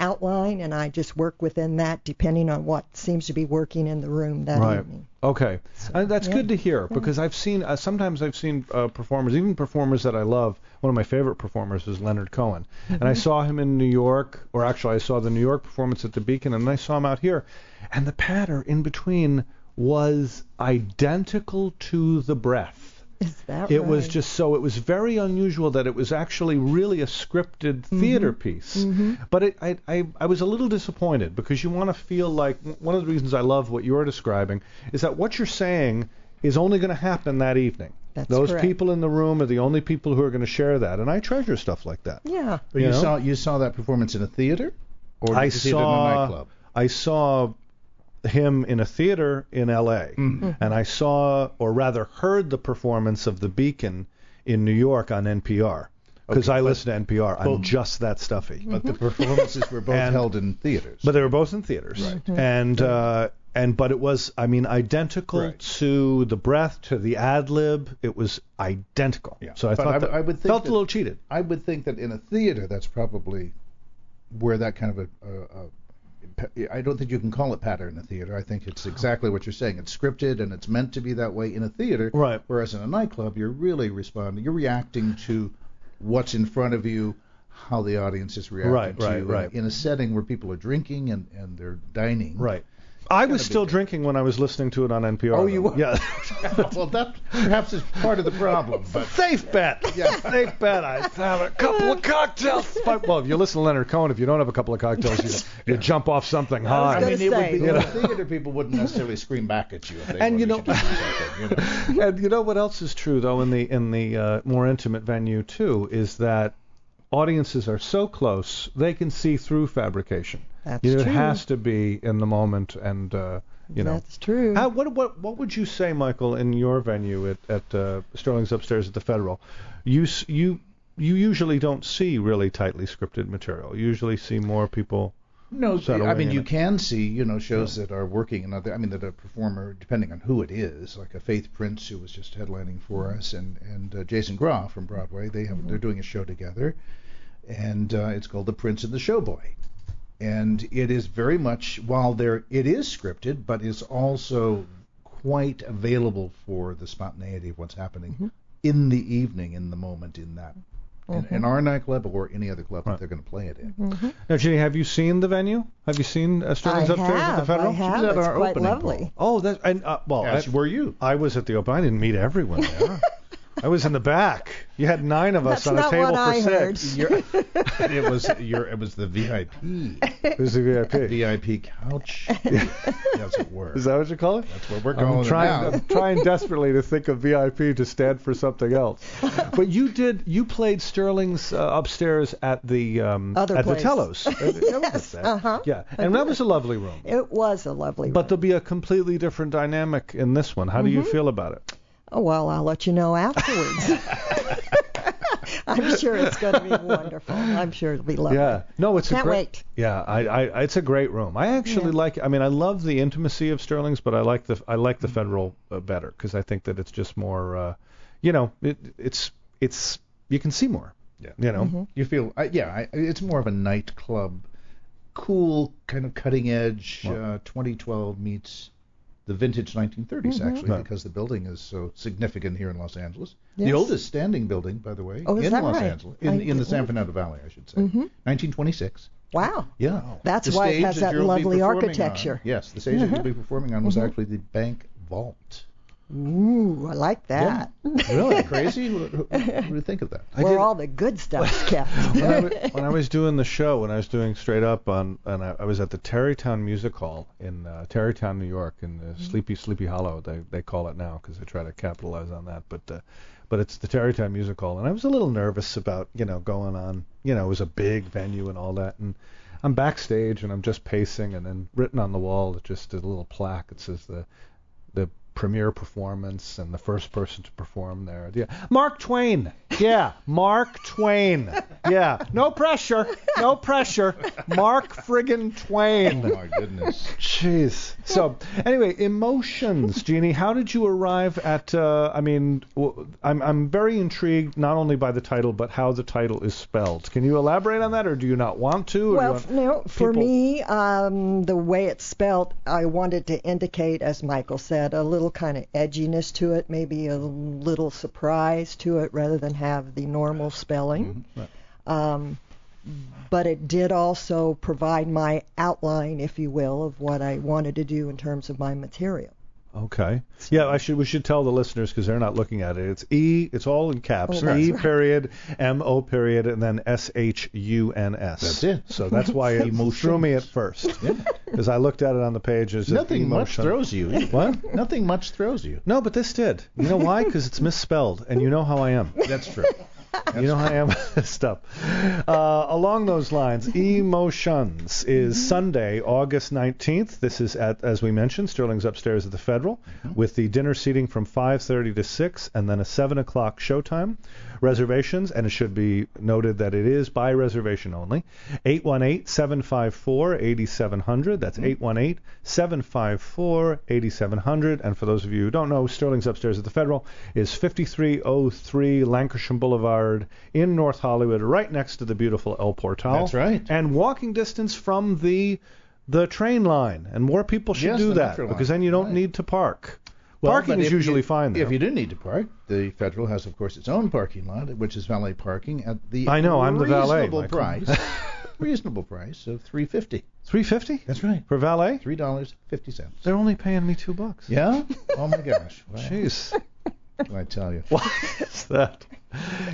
I: outline and I just work within that depending on what seems to be working in the room that
D: Right.
I: evening.
D: Okay. and that's
I: yeah.
D: good to hear because I've seen uh, sometimes I've seen uh, performers, even performers that I love. One of my favorite performers is Leonard Cohen, and I saw him in New York, or actually I saw the New York performance at the Beacon, and then I saw him out here, and the patter in between was identical to the breath.
I: Is that
D: It
I: right?
D: was just so. It was very unusual that it was actually really a scripted
I: Mm-hmm.
D: theater piece. But it, I, I, I was a little disappointed because you want to feel like one of the reasons I love what you're describing is that what you're saying is only going to happen that evening.
I: That's
D: Those
I: correct.
D: people in the room are the only people who are going to share that, and I treasure stuff like that.
I: Yeah.
C: But
D: You
C: you
D: know?
C: saw you saw that performance in a theater, or did
D: I
C: you see it in a
D: saw
C: nightclub?
D: I saw him in a theater in L.A.
C: Mm-hmm.
D: and I saw, or rather, heard the performance of The Beacon in New York on NPR because I listen to NPR. I'm just that stuffy.
C: But the performances were both
D: And-
C: held in theaters.
D: But they were both in theaters. Right. And uh, and but it was, I mean, identical
C: Right.
D: to the breath, to the ad lib. It was identical.
C: Yeah.
D: So I
C: But
D: thought
C: I
D: that
C: would- I would think
D: felt
C: that-
D: a little cheated.
C: I would think that in a theater, that's probably where that kind of a, a, a I don't think you can call it pattern in a theater. I think it's exactly what you're saying. It's scripted and it's meant to be that way in a theater.
D: Right.
C: Whereas in a nightclub, you're really responding. You're reacting to what's in front of you, how the audience is reacting
D: Right,
C: to
D: right,
C: you.
D: right.
C: In a setting where people are drinking and, and they're dining.
D: Right. I was
C: be
D: still
C: good.
D: drinking when I was listening to it on NPR.
C: Oh, you
D: though.
C: were?
D: Yeah.
C: well, that perhaps is part of the problem. But
D: Safe bet.
C: Yeah.
D: Safe bet. I have a couple of cocktails. But, well, if you listen to Leonard Cohen, if you don't have a couple of cocktails, you, you jump off something high.
I: gonna
C: I mean, it would
I: say.
C: be,
I: You know.
C: theater people wouldn't necessarily scream back at you if they wanted
D: And you know-
C: to do something, you know.
D: and you know what else is true though in the in the uh, more intimate venue too is that audiences are so close they can see through fabrication.
I: That's
D: You know, It
I: true.
D: has to be in the moment and uh, you know.
I: That's true.
D: How, what what what would you say, Michael, in your venue at at uh, Sterling's upstairs at the Federal? You s- you you usually don't see really tightly scripted material. You usually see more people.
C: No,
D: Settle
C: I mean
D: in
C: you
D: it.
C: can see, you know, shows that are working another. I mean that a performer, depending on who it is, like a Faith Prince who was just headlining
D: Mm-hmm.
C: for us, and and uh, Jason Groff from Broadway, they have they're doing a show together, and uh, it's called The Prince and the Showboy, and it is very much while there it is scripted, but is also quite available for the spontaneity of what's happening
D: Mm-hmm.
C: in the evening, in the moment, in that. In,
D: Mm-hmm.
C: in our nightclub or any other club that they're going to play it in.
D: Now, Jenny, have you seen the venue? Have you seen uh,
I: I
D: Sterling's
I: have,
D: upstairs at the Federal?
I: I
C: at
I: have. It's
C: our
I: quite
C: opening,
I: lovely.
C: Paul.
D: Oh, that and uh, well,
C: As
D: I-
C: were you.
D: I was at the open. I didn't meet everyone there. I was in the back. You had nine of us
I: That's
D: on a
I: not
D: table
I: what
D: for
I: I heard.
D: six.
C: Your, it was your it was the VIP
D: It was a VIP.
C: VIP couch, as it were.
D: Is that what you call it?
C: That's what we're calling
D: I'm trying,
C: it now.
D: I'm trying desperately to think of VIP to stand for something else. But you did. You played Sterling's uh, upstairs at the um,
I: Other
D: at
I: place.
D: the Telos. yes. Uh-huh. Yeah, and that was a lovely room.
I: It was a lovely
D: But
I: room.
D: there'll be a completely different dynamic in this one. How do
I: Mm-hmm.
D: you feel about it?
I: Oh, well, I'll let you know afterwards. I'm sure it's going to be wonderful. I'm sure it'll be lovely.
D: Yeah. No, it's
I: Can't
D: a great.
I: wait.
D: Yeah, I, I, it's a great room. I actually like. I mean, I love the intimacy of Sterling's, but I like the I like the Federal uh, better because I think that it's just more. Uh, you know, it, it's it's you can see more.
C: Yeah.
D: You know.
I: Mm-hmm.
C: You feel, I yeah, I, it's more of a nightclub, cool kind of cutting edge. Uh, 2012 meets the vintage 1930s
I: Mm-hmm.
C: actually,
D: Right.
C: because the building is so significant here in Los Angeles. The
I: Yes.
C: oldest standing building, by the way,
I: Oh, is
C: in
I: that
C: Los
I: right?
C: Angeles,
I: I
C: in, in the
I: didn't Mm-hmm.
C: San Fernando Valley, I should say, 1926.
I: Wow.
C: Yeah.
I: That's
C: The
I: why it
C: stage
I: has that
C: you'll be
I: lovely
C: performing on-
I: architecture. Mm-hmm.
C: yes, the stage that you'll be performing on was actually the bank vault.
I: Ooh, I like that.
C: Really crazy? Who who- who would think of that?
I: Where
D: did-
I: all the good stuff's kept.
D: when, I, wa- when I was doing the show, when I was doing Straight Up on, and I, I was at the Terrytown Music Hall in uh, Terrytown, New York, in uh, Sleepy Sleepy Hollow, they they call it now because they try to capitalize on that. But uh, but it's the Terrytown Music Hall, and I was a little nervous about you know going on, you know, it was a big venue and all that, and I'm backstage and I'm just pacing, and then written on the wall, just a little plaque, it says the the premiere performance and the first person to perform there. Yeah. Mark Twain. Yeah, Mark Twain. Yeah. No pressure. No pressure. Mark friggin'
C: Oh
D: Twain.
C: my goodness.
D: Jeez. So, anyway, emotions, Jeannie. How did you arrive at? Uh, I mean, w- I'm I'm very intrigued not only by the title but how the title is spelled. Can you elaborate on that, or do you not want to? Or
I: Well,
D: do you want
I: no, for
D: people-
I: me, um, the way it's spelt, I wanted to indicate, as Michael said, a little kind of edginess to it, maybe a little surprise to it, rather than have the normal spelling. Um, but it did also provide my outline, if you will, of what I wanted to do in terms of my material.
D: Okay. Yeah, I should we should tell the listeners because they're not looking at it. It's E. It's all in caps.
I: Oh, that's
D: e
I: right.
D: period M O period and then S H U N S.
C: That's it.
D: So that's why it threw me at first because I looked at it on the page. as if
C: Nothing much
D: emotion-
C: throws you. either.
D: What?
C: Nothing much throws you.
D: No, but this did. You know why? Because it's misspelled, and you know how I am.
C: That's true.
D: You know how I am with this stuff. Uh, along those lines, Emotions is Sunday, August 19th. This is at, as we mentioned, Sterling's upstairs at the Federal,
C: Mm-hmm.
D: with the dinner seating from 5:30 to 6, and then a 7 o'clock showtime. Reservations, and it should be noted that it is by reservation only. 818-754-8700. That's
C: Mm-hmm.
D: 818-754-8700. And for those of you who don't know, Sterling's upstairs at the Federal is 5303 Lancashire Boulevard in North Hollywood, right next to the beautiful El Portal.
C: That's right.
D: And walking distance from the the train line. And more people should
C: Yes,
D: do
C: the
D: that
C: metro line.
D: because then you don't
C: Right.
D: need to park.
C: Well,
D: Parking
C: but
D: is
C: if you-
D: usually fine there.
C: If you do need to park, the federal has, of course, its own parking lot, which is valet parking at the
D: I know, I'm the valet,
C: reasonable
D: Michael.
C: price, reasonable price of three fifty.
D: 350
C: That's right,
D: for valet?
C: three dollars fifty cents.
D: They're only paying me 2 bucks.
C: Yeah. Oh my gosh. Wow.
D: Jeez.
C: I tell you.
D: Why is that?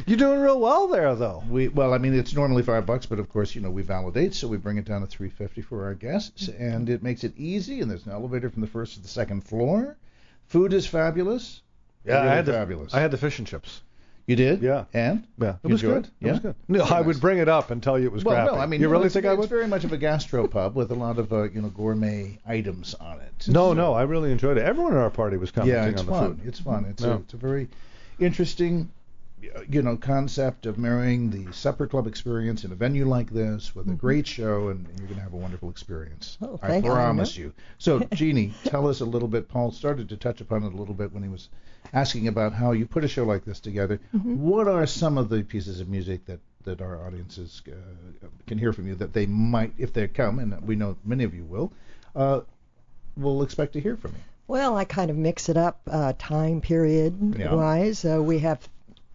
D: You're doing real well there, though.
C: We well, I mean, it's normally five bucks, but of course, you know, we validate, so we bring it down to three fifty for our guests,
D: Mm-hmm.
C: and it makes it easy. And there's an elevator from the first to the second floor. Food is fabulous. Really
D: I had
C: fabulous.
D: The, I had the fish and chips.
C: You did?
D: Yeah.
C: And
D: Yeah, it
C: You
D: was
C: enjoyed
D: good.
C: it?
D: It was
C: Yeah?
D: good. No, I would bring it up and tell you it was
C: Well,
D: crappy.
C: no, I mean,
D: you really
C: it's-
D: think I
C: it's
D: would?
C: very much of a gastropub with a lot of uh, you know gourmet items on it.
D: No,
C: So-
D: no, I really enjoyed it. Everyone at our party was commenting
C: yeah, it's
D: on the
C: fun.
D: food.
C: It's fun. It's
D: No.
C: a, it's a very interesting, uh, you know, concept of marrying the supper club experience in a venue like this with a great show, and you're going to have a wonderful experience.
I: Oh,
C: I
I: thank you.
C: promise you. So, Jeannie, tell us a little bit. Paul started to touch upon it a little bit when he was asking about how you put a show like this together. What are some of the pieces of music that that our audiences uh, can hear from you that they might, if they come, and we know many of you will, uh, will expect to hear from you.
I: Well, I kind of mix it up uh, time period
C: Yeah.
I: wise. Uh, we have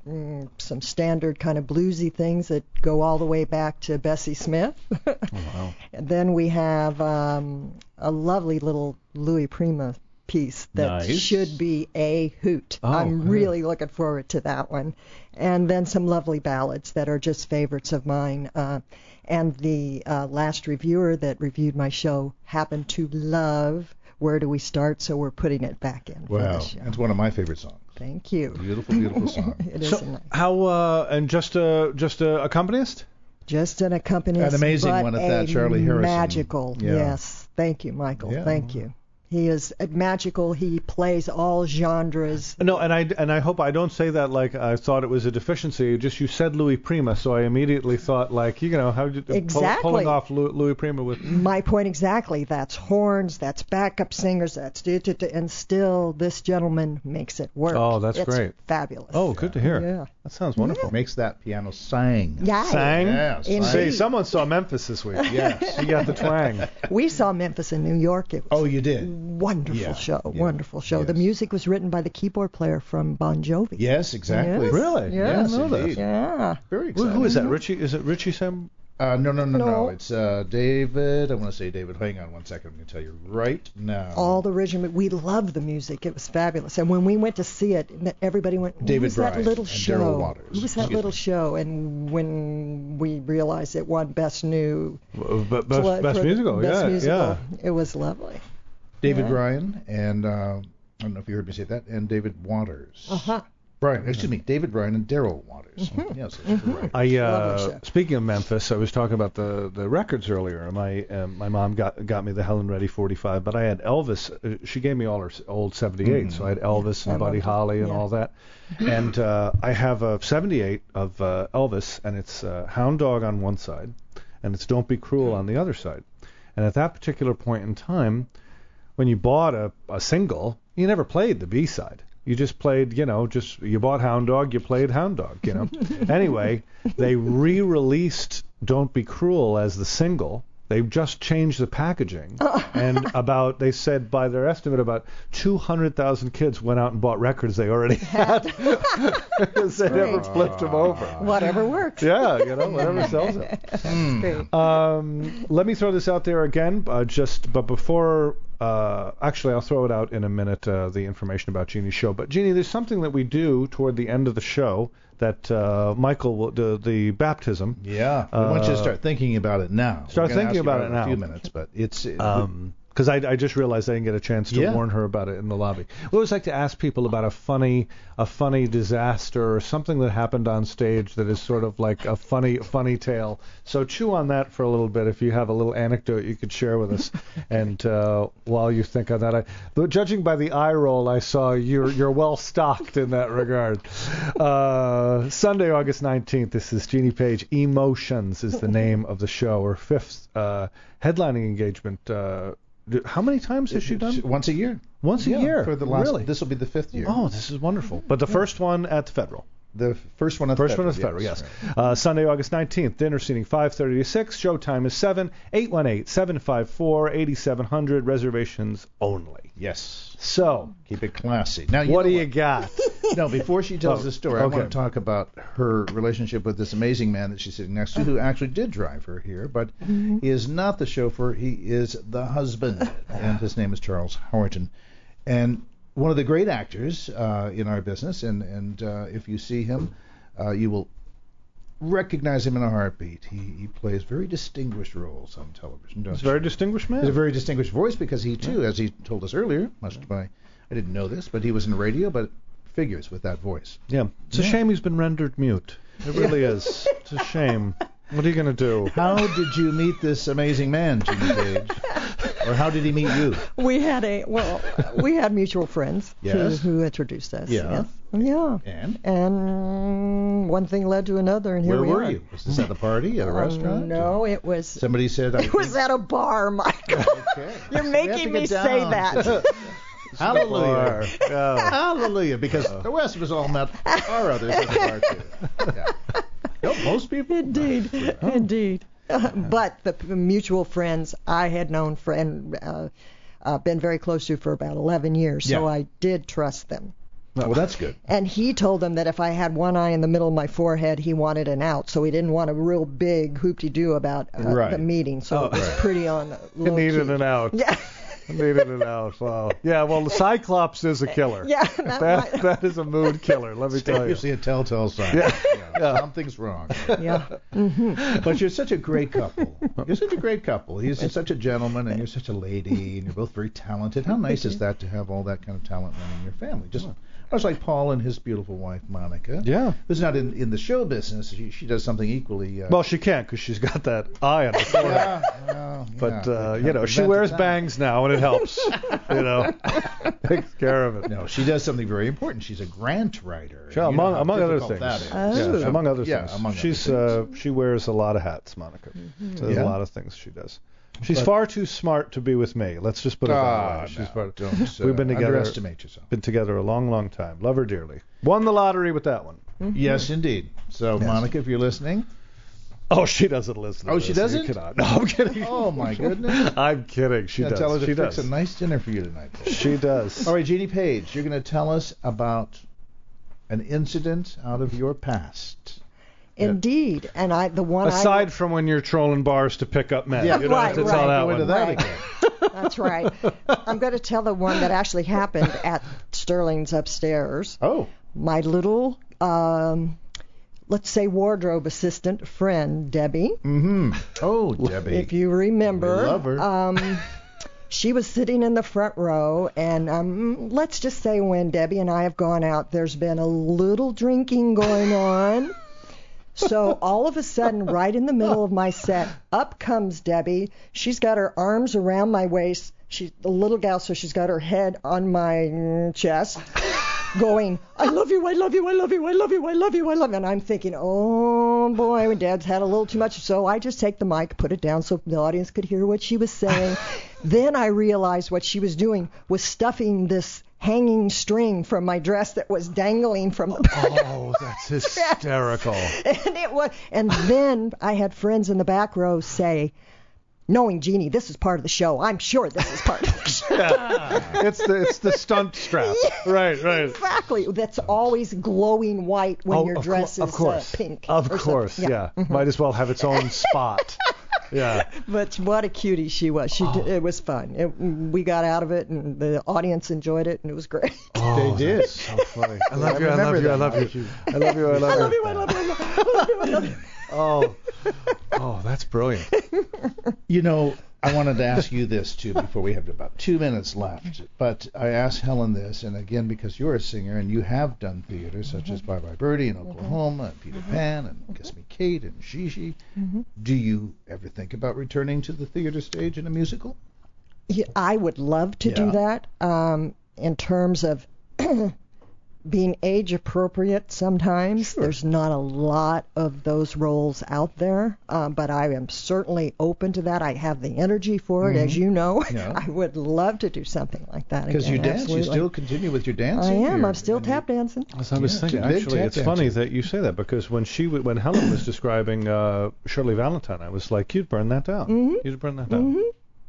I: mm, some standard kind of bluesy things that go all the way back to Bessie Smith. And then we have um, a lovely little Louis Prima piece that
D: Nice.
I: should be a hoot.
D: Oh,
I: I'm
D: good.
I: really looking forward to that one. And then some lovely ballads that are just favorites of mine. Uh, and the uh, last reviewer that reviewed my show happened to love Where Do We Start, so we're putting it back in for the
C: Wow,
I: show.
C: that's one of my favorite songs.
I: Thank you.
C: Beautiful, beautiful song.
I: It is a
D: So
I: nice.
D: how uh, and just a just a accompanist?
I: Just an accompanist.
C: An amazing
I: but
C: one at that,
I: a
C: Charlie Harrison.
I: Magical,
C: Yeah.
I: yes. Thank you, Michael.
C: Yeah.
I: Thank you. He is uh, magical. He plays all genres.
D: No, and I and I hope I don't say that like I thought it was a deficiency. Just you said Louis Prima, so I immediately thought like you know how did, pull-
I: Exactly. Mm-hmm.
D: pulling off Louis, Louis Prima with
I: My point exactly. That's horns. That's backup singers. That's duh, duh, duh, and still this gentleman makes it work.
D: Oh, that's
I: It's
D: great.
I: Fabulous.
D: oh good to hear.
I: Yeah.
D: That sounds wonderful.
C: Makes that piano sing.
I: Yeah.
D: Sang.
C: Yeah,
I: Indeed.
D: Say
C: sing.
D: someone saw Memphis this week.
C: Yes.
D: She got the twang.
I: We saw Memphis in New York. It was
C: Oh, you did.
I: wonderful
C: Yeah,
I: show.
C: yeah,
I: Wonderful show. The
C: yes.
I: music was written by the keyboard player from Bon Jovi.
C: Yes, exactly.
I: Yes.
D: Really?
I: Yeah.
C: Yes,
D: I didn't know
C: indeed.
D: that.
I: Yeah.
C: Very
D: Who,
C: exciting.
D: who
I: Mm-hmm.
D: is that? Richie? Is it Richie Sam?
C: Uh, no, no, no, no,
I: No.
C: It's uh, David. I want to say David. Hang on one second. I'm going to tell you right now.
I: all the original. We loved the music. It was fabulous. And when we went to see it, n- everybody went, "Who
C: David
I: was that
C: Bryant
I: little
C: and Daryl
I: show?
C: Waters."
I: Who was that
C: Excuse
I: little
C: me.
I: show?" And when we realized it won Best New
D: B- Uh, Best,
I: Pl-
D: best
I: for-
D: musical.
I: Best
D: yeah.
I: Musical,
D: Yeah.
I: it was lovely.
C: David Bryan and uh, I don't know if you heard me say that. And David Waters.
I: Uh huh.
C: Bryan, excuse me, David Bryan and Daryl Waters.
I: Mm-hmm.
C: Mm-hmm. Yes, that's correct.
D: I
I: Lovely
D: uh,
I: show.
D: speaking of Memphis, I was talking about the the records earlier. My um, my mom got got me the Helen Reddy 45, but I had Elvis. Uh, she gave me all her s- old 78, so I had Elvis and
I: Mm-hmm. I
D: Buddy
I: loved it.
D: Holly and
I: Yeah.
D: all that. And uh, I have a 78 of uh, Elvis, and it's uh, Hound Dog on one side, and it's Don't Be
I: Hmm.
D: Cruel on the other side. And at that particular point in time, when you bought a, a single, you never played the B side. You just played, you know, just you bought Hound Dog, you played Hound Dog, you know. anyway, they re-released Don't Be Cruel as the single. They just changed the packaging, and about they said by their estimate about 200,000 kids went out and bought records they already had because they never flipped them over.
I: Whatever works.
D: Yeah, you know, whatever sells it.
C: Mm.
I: Great.
D: Um, let me throw this out there again, uh, just but before, uh, actually, I'll throw it out in a minute. Uh, the information about Jeannie's show, but Jeannie, there's something that we do toward the end of the show that uh, Michael will do the baptism.
C: Yeah, I want you to start thinking about it now.
D: start
C: We're gonna
D: thinking
C: ask you
D: about it
C: in
D: now. Um,
C: A few minutes, but it's uh, it-
D: because I, I just realized I didn't get a chance to
C: Yeah.
D: warn her about it in the lobby. We always like to ask people about a funny, a funny disaster or something that happened on stage that is sort of like a funny, funny tale. So chew on that for a little bit. If you have a little anecdote you could share with us, and uh, while you think on that, I, though judging by the eye roll I saw, you're you're well stocked in that regard. Uh, Sunday, August 19th. This is Jeannie Page. Emotions is the name of the show. Her fifth uh, headlining engagement. Uh, d- how many times has she done?
C: once a year.
D: Once a
C: Yeah,
D: year.
C: for the last.
D: Really?
C: This will be the fifth year.
D: oh, this is wonderful. But the first one at the Federal.
C: the first one. At
D: First one at the Federal, yes. Uh, Sunday, August 19th. Dinner seating 5:30 to 6. Showtime is 7. 818-754-8700. Reservations only.
C: Yes.
D: So,
C: Keep it classy. Now, you
D: what
C: know
D: do you got?
C: No, before she tells
D: Oh,
C: the story, I
D: okay.
C: want to talk about her relationship with this amazing man that she's sitting next to,
D: Oh.
C: who actually did drive her here, but
D: Mm-hmm.
C: he is not the chauffeur. He is the husband, and his name is Charles Howerton, and one of the great actors uh, in our business. And and uh, if you see him, uh, you will recognize him in a heartbeat. He he plays very distinguished roles on television. Don't
D: He's a
C: you?
D: very distinguished man.
C: He's a very distinguished voice because he too, as he told us earlier, much to my I didn't know this, but he was in radio, but figures with that voice.
D: yeah. It's a shame he's been rendered mute. It really is. It's a shame. What are you going to do?
C: How did you meet this amazing man, Jimmy Page? or how did he meet you?
I: We had a well, we had mutual friends
C: Yes.
I: who, who introduced us.
C: Yeah.
I: Yes. Yeah.
C: And
I: And one thing led to another, and here
C: where
I: we
C: were
I: are. Oh,
C: you? Was this at the party at a restaurant?
I: No, it was.
C: Somebody said I
I: It was at a bar, Michael.
C: Okay.
I: You're making me say that.
C: Hallelujah.
D: Yeah.
C: Hallelujah. Because the rest of us all met our others at the bar too. Yeah. No, most people
I: Indeed, indeed. Oh. but the p- mutual friends I had known for and uh, uh, been very close to for about 11 years, so
C: Yeah.
I: I did trust them.
C: Well that's good.
I: And he told them that if I had one eye in the middle of my forehead, he wanted an out, so he didn't want a real big hoopty doo about uh,
C: Right.
I: the meeting. So it was pretty on the low
D: Needed
I: key.
D: an out.
I: Yeah.
D: Leave it an out. Wow. Yeah, well, the Cyclops is a killer.
I: Eh, Yeah, that
D: That,
I: might-
D: that is a mood killer, let me tell you.
C: Seriously, a telltale sign.
D: Oh, Yeah.
C: Yeah, Something's wrong.
I: yeah.
C: But you're such a great couple. You're such a great couple. He's such a gentleman, and you're such a lady, and you're both very talented. How nice is that to have all that kind of talent running your family? Just much like Paul and his beautiful wife Monica.
D: Yeah.
C: Who's not in, in the show business. She, she does something equally. Uh,
D: Well, she can't because she's got that eye on her forehead.
C: yeah, well,
D: But
C: yeah,
D: uh,
C: they
D: you know,
C: can't
D: she
C: invent
D: wears
C: the talent.
D: bangs now, and it helps. you know, takes care of it.
C: No, she does something very important. She's a grant writer.
D: Sure,
C: You know
D: among
C: how
D: among other
C: difficult
D: things.
C: that is.
I: Oh.
D: Yeah, among other
C: Yeah,
D: things.
C: among other
D: She's
C: things.
D: Uh, she wears a lot of hats, Monica.
I: Mm-hmm.
D: So there's
C: Yeah.
D: a lot of things she does. She's far too smart to be with me. Let's just put it that
C: Ah,
D: way. She's
C: no,
D: far-
C: don't, uh,
D: We've been together-
C: Underestimate yourself.
D: been together a long, long time. Love her dearly. Won the lottery with that one.
C: Yes, indeed. So, Monica, if you're listening,
D: Oh, she doesn't listen. To
C: Oh,
D: this.
C: she doesn't?
D: You cannot. No, I'm kidding.
C: oh my goodness,
D: I'm kidding. She
C: Yeah,
D: does.
C: tell her to
D: she
C: fix
D: does.
C: a nice dinner for you tonight.
D: she does.
C: All right, Jeannie Page, you're going to tell us about an incident out of your past.
I: Indeed. And I the one
D: Aside from when you're trolling bars to pick up men,
C: Yeah.
D: you don't
I: Right,
D: have to
I: right.
D: tell that
C: Go into
D: one.
C: that again.
I: I that's right. I'm going to tell the one that actually happened at Sterling's upstairs.
C: Oh,
I: my little um, let's say wardrobe assistant friend Debbie,
C: oh, Debbie.
I: if you remember.
C: Mm. We love her.
I: Um, she was sitting in the front row, and um, let's just say when Debbie and I have gone out, there's been a little drinking going on. So all of a sudden, right in the middle of my set, up comes Debbie. She's got her arms around my waist. She's a little gal, so she's got her head on my mm, chest, going, I love you, I love you, I love you, I love you, I love you, I love you. And I'm thinking, oh boy, Dad's had a little too much. So I just take the mic, put it down so the audience could hear what she was saying. then I realized what she was doing was stuffing this hanging string from my dress that was dangling from the back
D: Oh, that's hysterical.
I: and it was and then I had friends in the back row say knowing Jeannie this is part of the show I'm sure this is part of the show
D: it's the it's the stunt strap. Right, right.
I: exactly that's always glowing white when your
D: Oh, of
I: dress
D: cour- of
I: is
D: course.
I: Uh, pink
D: Of
I: or something.
D: course, yeah. Might as well have its own spot. yeah.
I: but what a cutie she was she
C: Oh.
I: did, it was fun it, we got out of it and the audience enjoyed it and it was great
D: Oh,
C: they did.
D: So funny. I
C: I
D: love you. I
C: remember
D: love you. I
C: that.
D: love you. I love you. I love you. I love you. I love you. Oh. Oh, that's brilliant.
C: You know, I wanted to ask you this too before we have about two minutes left. But I asked Helen this, and again because you're a singer and you have done theater such
D: Mm-hmm.
C: as Bye Bye Birdie in Oklahoma and Peter Pan and Kiss Me Kate and Gigi.
D: Mm-hmm.
C: Do you ever think about returning to the theater stage in a musical?
I: Yeah, I would love to do
C: Yeah.
I: that um, in terms of being age appropriate sometimes. There's not a lot of those roles out there, um, but I am certainly open to that. I have the energy for it, as you know.
C: Mm-hmm. Yeah.
I: I would love to do something like that.
C: Because you
I: again,
C: dance, you
I: absolutely.
C: still continue with your dancing.
I: I am.
C: You're-
I: I'm still
C: and you-
I: tap dancing.
D: As I was
C: Yeah,
D: thinking,
C: two big
D: actually,
C: tap
D: it's funny that you say that because when she w- when Helen was describing uh, Shirley Valentine, I was like, you'd burn that down. You'd burn that down.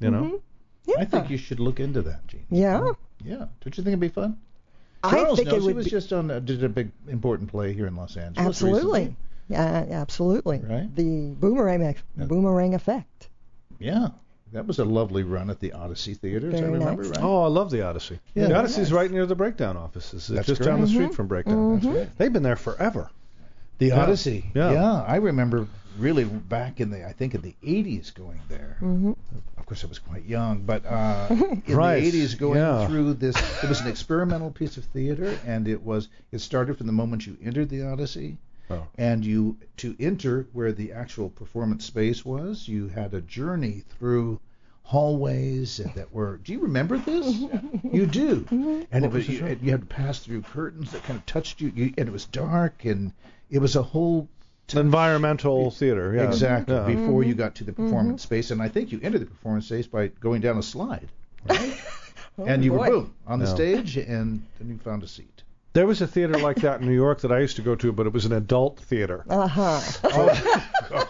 D: You know.
C: I think you should look into that, Gene.
I: Yeah.
C: Yeah. Don't you think it'd be fun?
I: I
C: Charles
I: think
C: knows.
I: it
C: he
I: would
C: was
I: be,
C: just on a, did a big important play here in Los Angeles.
I: absolutely.
C: recently.
I: Yeah, uh, absolutely.
C: Right?
I: The boomerang eff- boomerang effect.
C: Yeah. That was a lovely run at the Odyssey Theater, as I
I: Very
C: remember,
I: nice.
C: right?
D: Oh, I love the Odyssey.
C: Yeah,
D: the
C: very
D: Odyssey's
C: nice.
D: right near the Breakdown offices. It's
C: That's
D: just down the
C: correct.
D: street from Breakdown. Mm-hmm. They've been there forever.
C: The
D: Yeah.
C: Odyssey.
D: Yeah.
C: I remember really back in the I think in the 80s going there. Mm-hmm. Of course, I was quite young, but uh, in
D: Right.
C: the 80s going
D: Yeah.
C: through this, it was an experimental piece of theater, and it was it started from the moment you entered the Odyssey.
D: Oh.
C: And you to enter where the actual performance space was, you had a journey through hallways that were. Do you remember this? you do.
D: Mm-hmm.
C: And it was you, and you had to pass through curtains that kind of touched you, you, and it was dark, and it was a whole
D: Environmental theater. Yeah.
C: exactly
D: Yeah.
C: before you got to the performance space. And I think you entered the performance space by going down a slide, right? and you were
I: boy.
C: boom on the
D: Yeah.
C: stage, and then you found a seat.
D: There was a theater like that in New Oh. York that I used to go to, but it was an adult theater.
I: Uh huh. Uh-huh.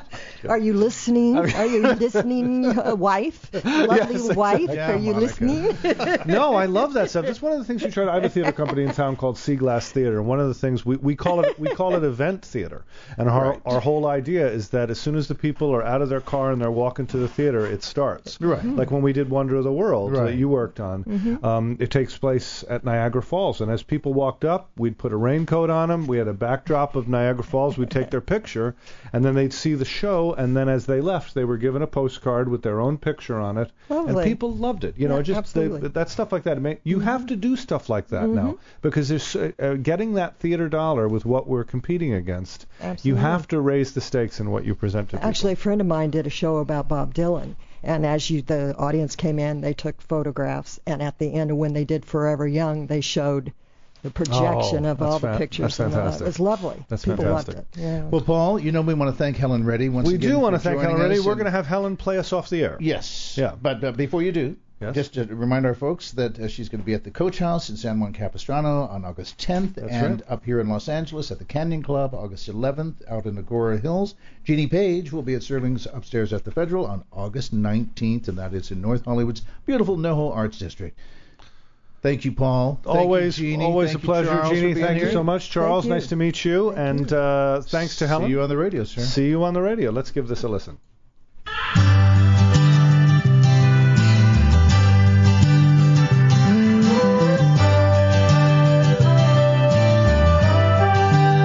I: Are you listening? Are you listening, uh, wife? Lovely
D: Yes,
I: wife,
C: Yeah,
I: are you
C: Monica.
I: listening?
D: no, I love that stuff. That's one of the things we try to. I have a theater company in town called Sea Glass Theater, and one of the things we, we call it we call it event theater. And our our whole idea is that as soon as the people are out of their car and they're walking to the theater, it starts.
C: Right.
I: Mm-hmm.
D: Like when we did Wonder of the World
C: Right.
D: that you worked on. Um, it takes place at Niagara Falls, and as people walked up, we'd put a raincoat on them. We had a backdrop of Niagara Falls. We'd take their picture, and then they'd see the show. And then as they left, they were given a postcard with their own picture on it. And
I: Lovely.
D: people loved it. You know,
I: Yeah,
D: it just they,
I: absolutely.
D: that stuff like that. I mean, You
I: Mm-hmm.
D: have to do stuff like that now because there's uh, uh, getting that theater dollar with what we're competing against. You
I: Absolutely.
D: have to raise the stakes in what you present to people.
I: Actually, a friend of mine did a show about Bob Dylan, and as you, the audience came in, they took photographs, and at the end, when they did Forever Young, they showed the projection
D: Oh,
I: of all
D: that's
I: the
D: fan-
I: pictures.
D: that's
I: and all that.
D: fantastic.
I: It was lovely.
D: That's
I: People
D: fantastic.
I: loved it. Yeah.
C: Well, Paul, you know we want to thank Helen Reddy once
D: we
C: again.
D: do want
C: want
D: to thank Helen Reddy. We're going to have Helen play us off the air.
C: Yes.
D: Yeah.
C: But uh, before you do,
D: Yes.
C: just to remind our folks that uh, she's going to be at the Coach House in San Juan Capistrano on August 10th, and
D: right.
C: up here in Los Angeles at the Canyon Club August 11th, out in Agora Hills. Jeannie Page will be at Serling's upstairs at the Federal on August 19th, and that is in North Hollywood's beautiful NoHo Arts District. Thank you, Paul. Thank you,
D: always,
C: Jeannie.
D: always
C: Thank
D: a
C: you,
D: pleasure,
C: Charles, for
D: Jeannie.
C: being
D: Thank you
C: here.
D: so much, Charles.
I: you.
D: Nice to meet you, and uh, thanks to Helen.
C: See you on the radio, sir.
D: See you on the radio. Let's give this a listen.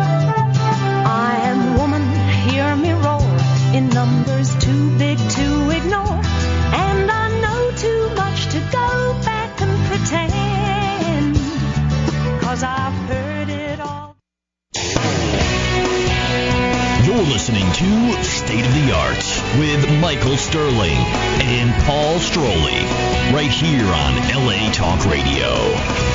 G: I am woman, hear me roar. In numbers too big to ignore. And I know too much to go back and pretend. Cause I've heard it all.
B: You're listening to State of the Art with Michael Sterling and Paul Stroley right here on LA Talk Radio.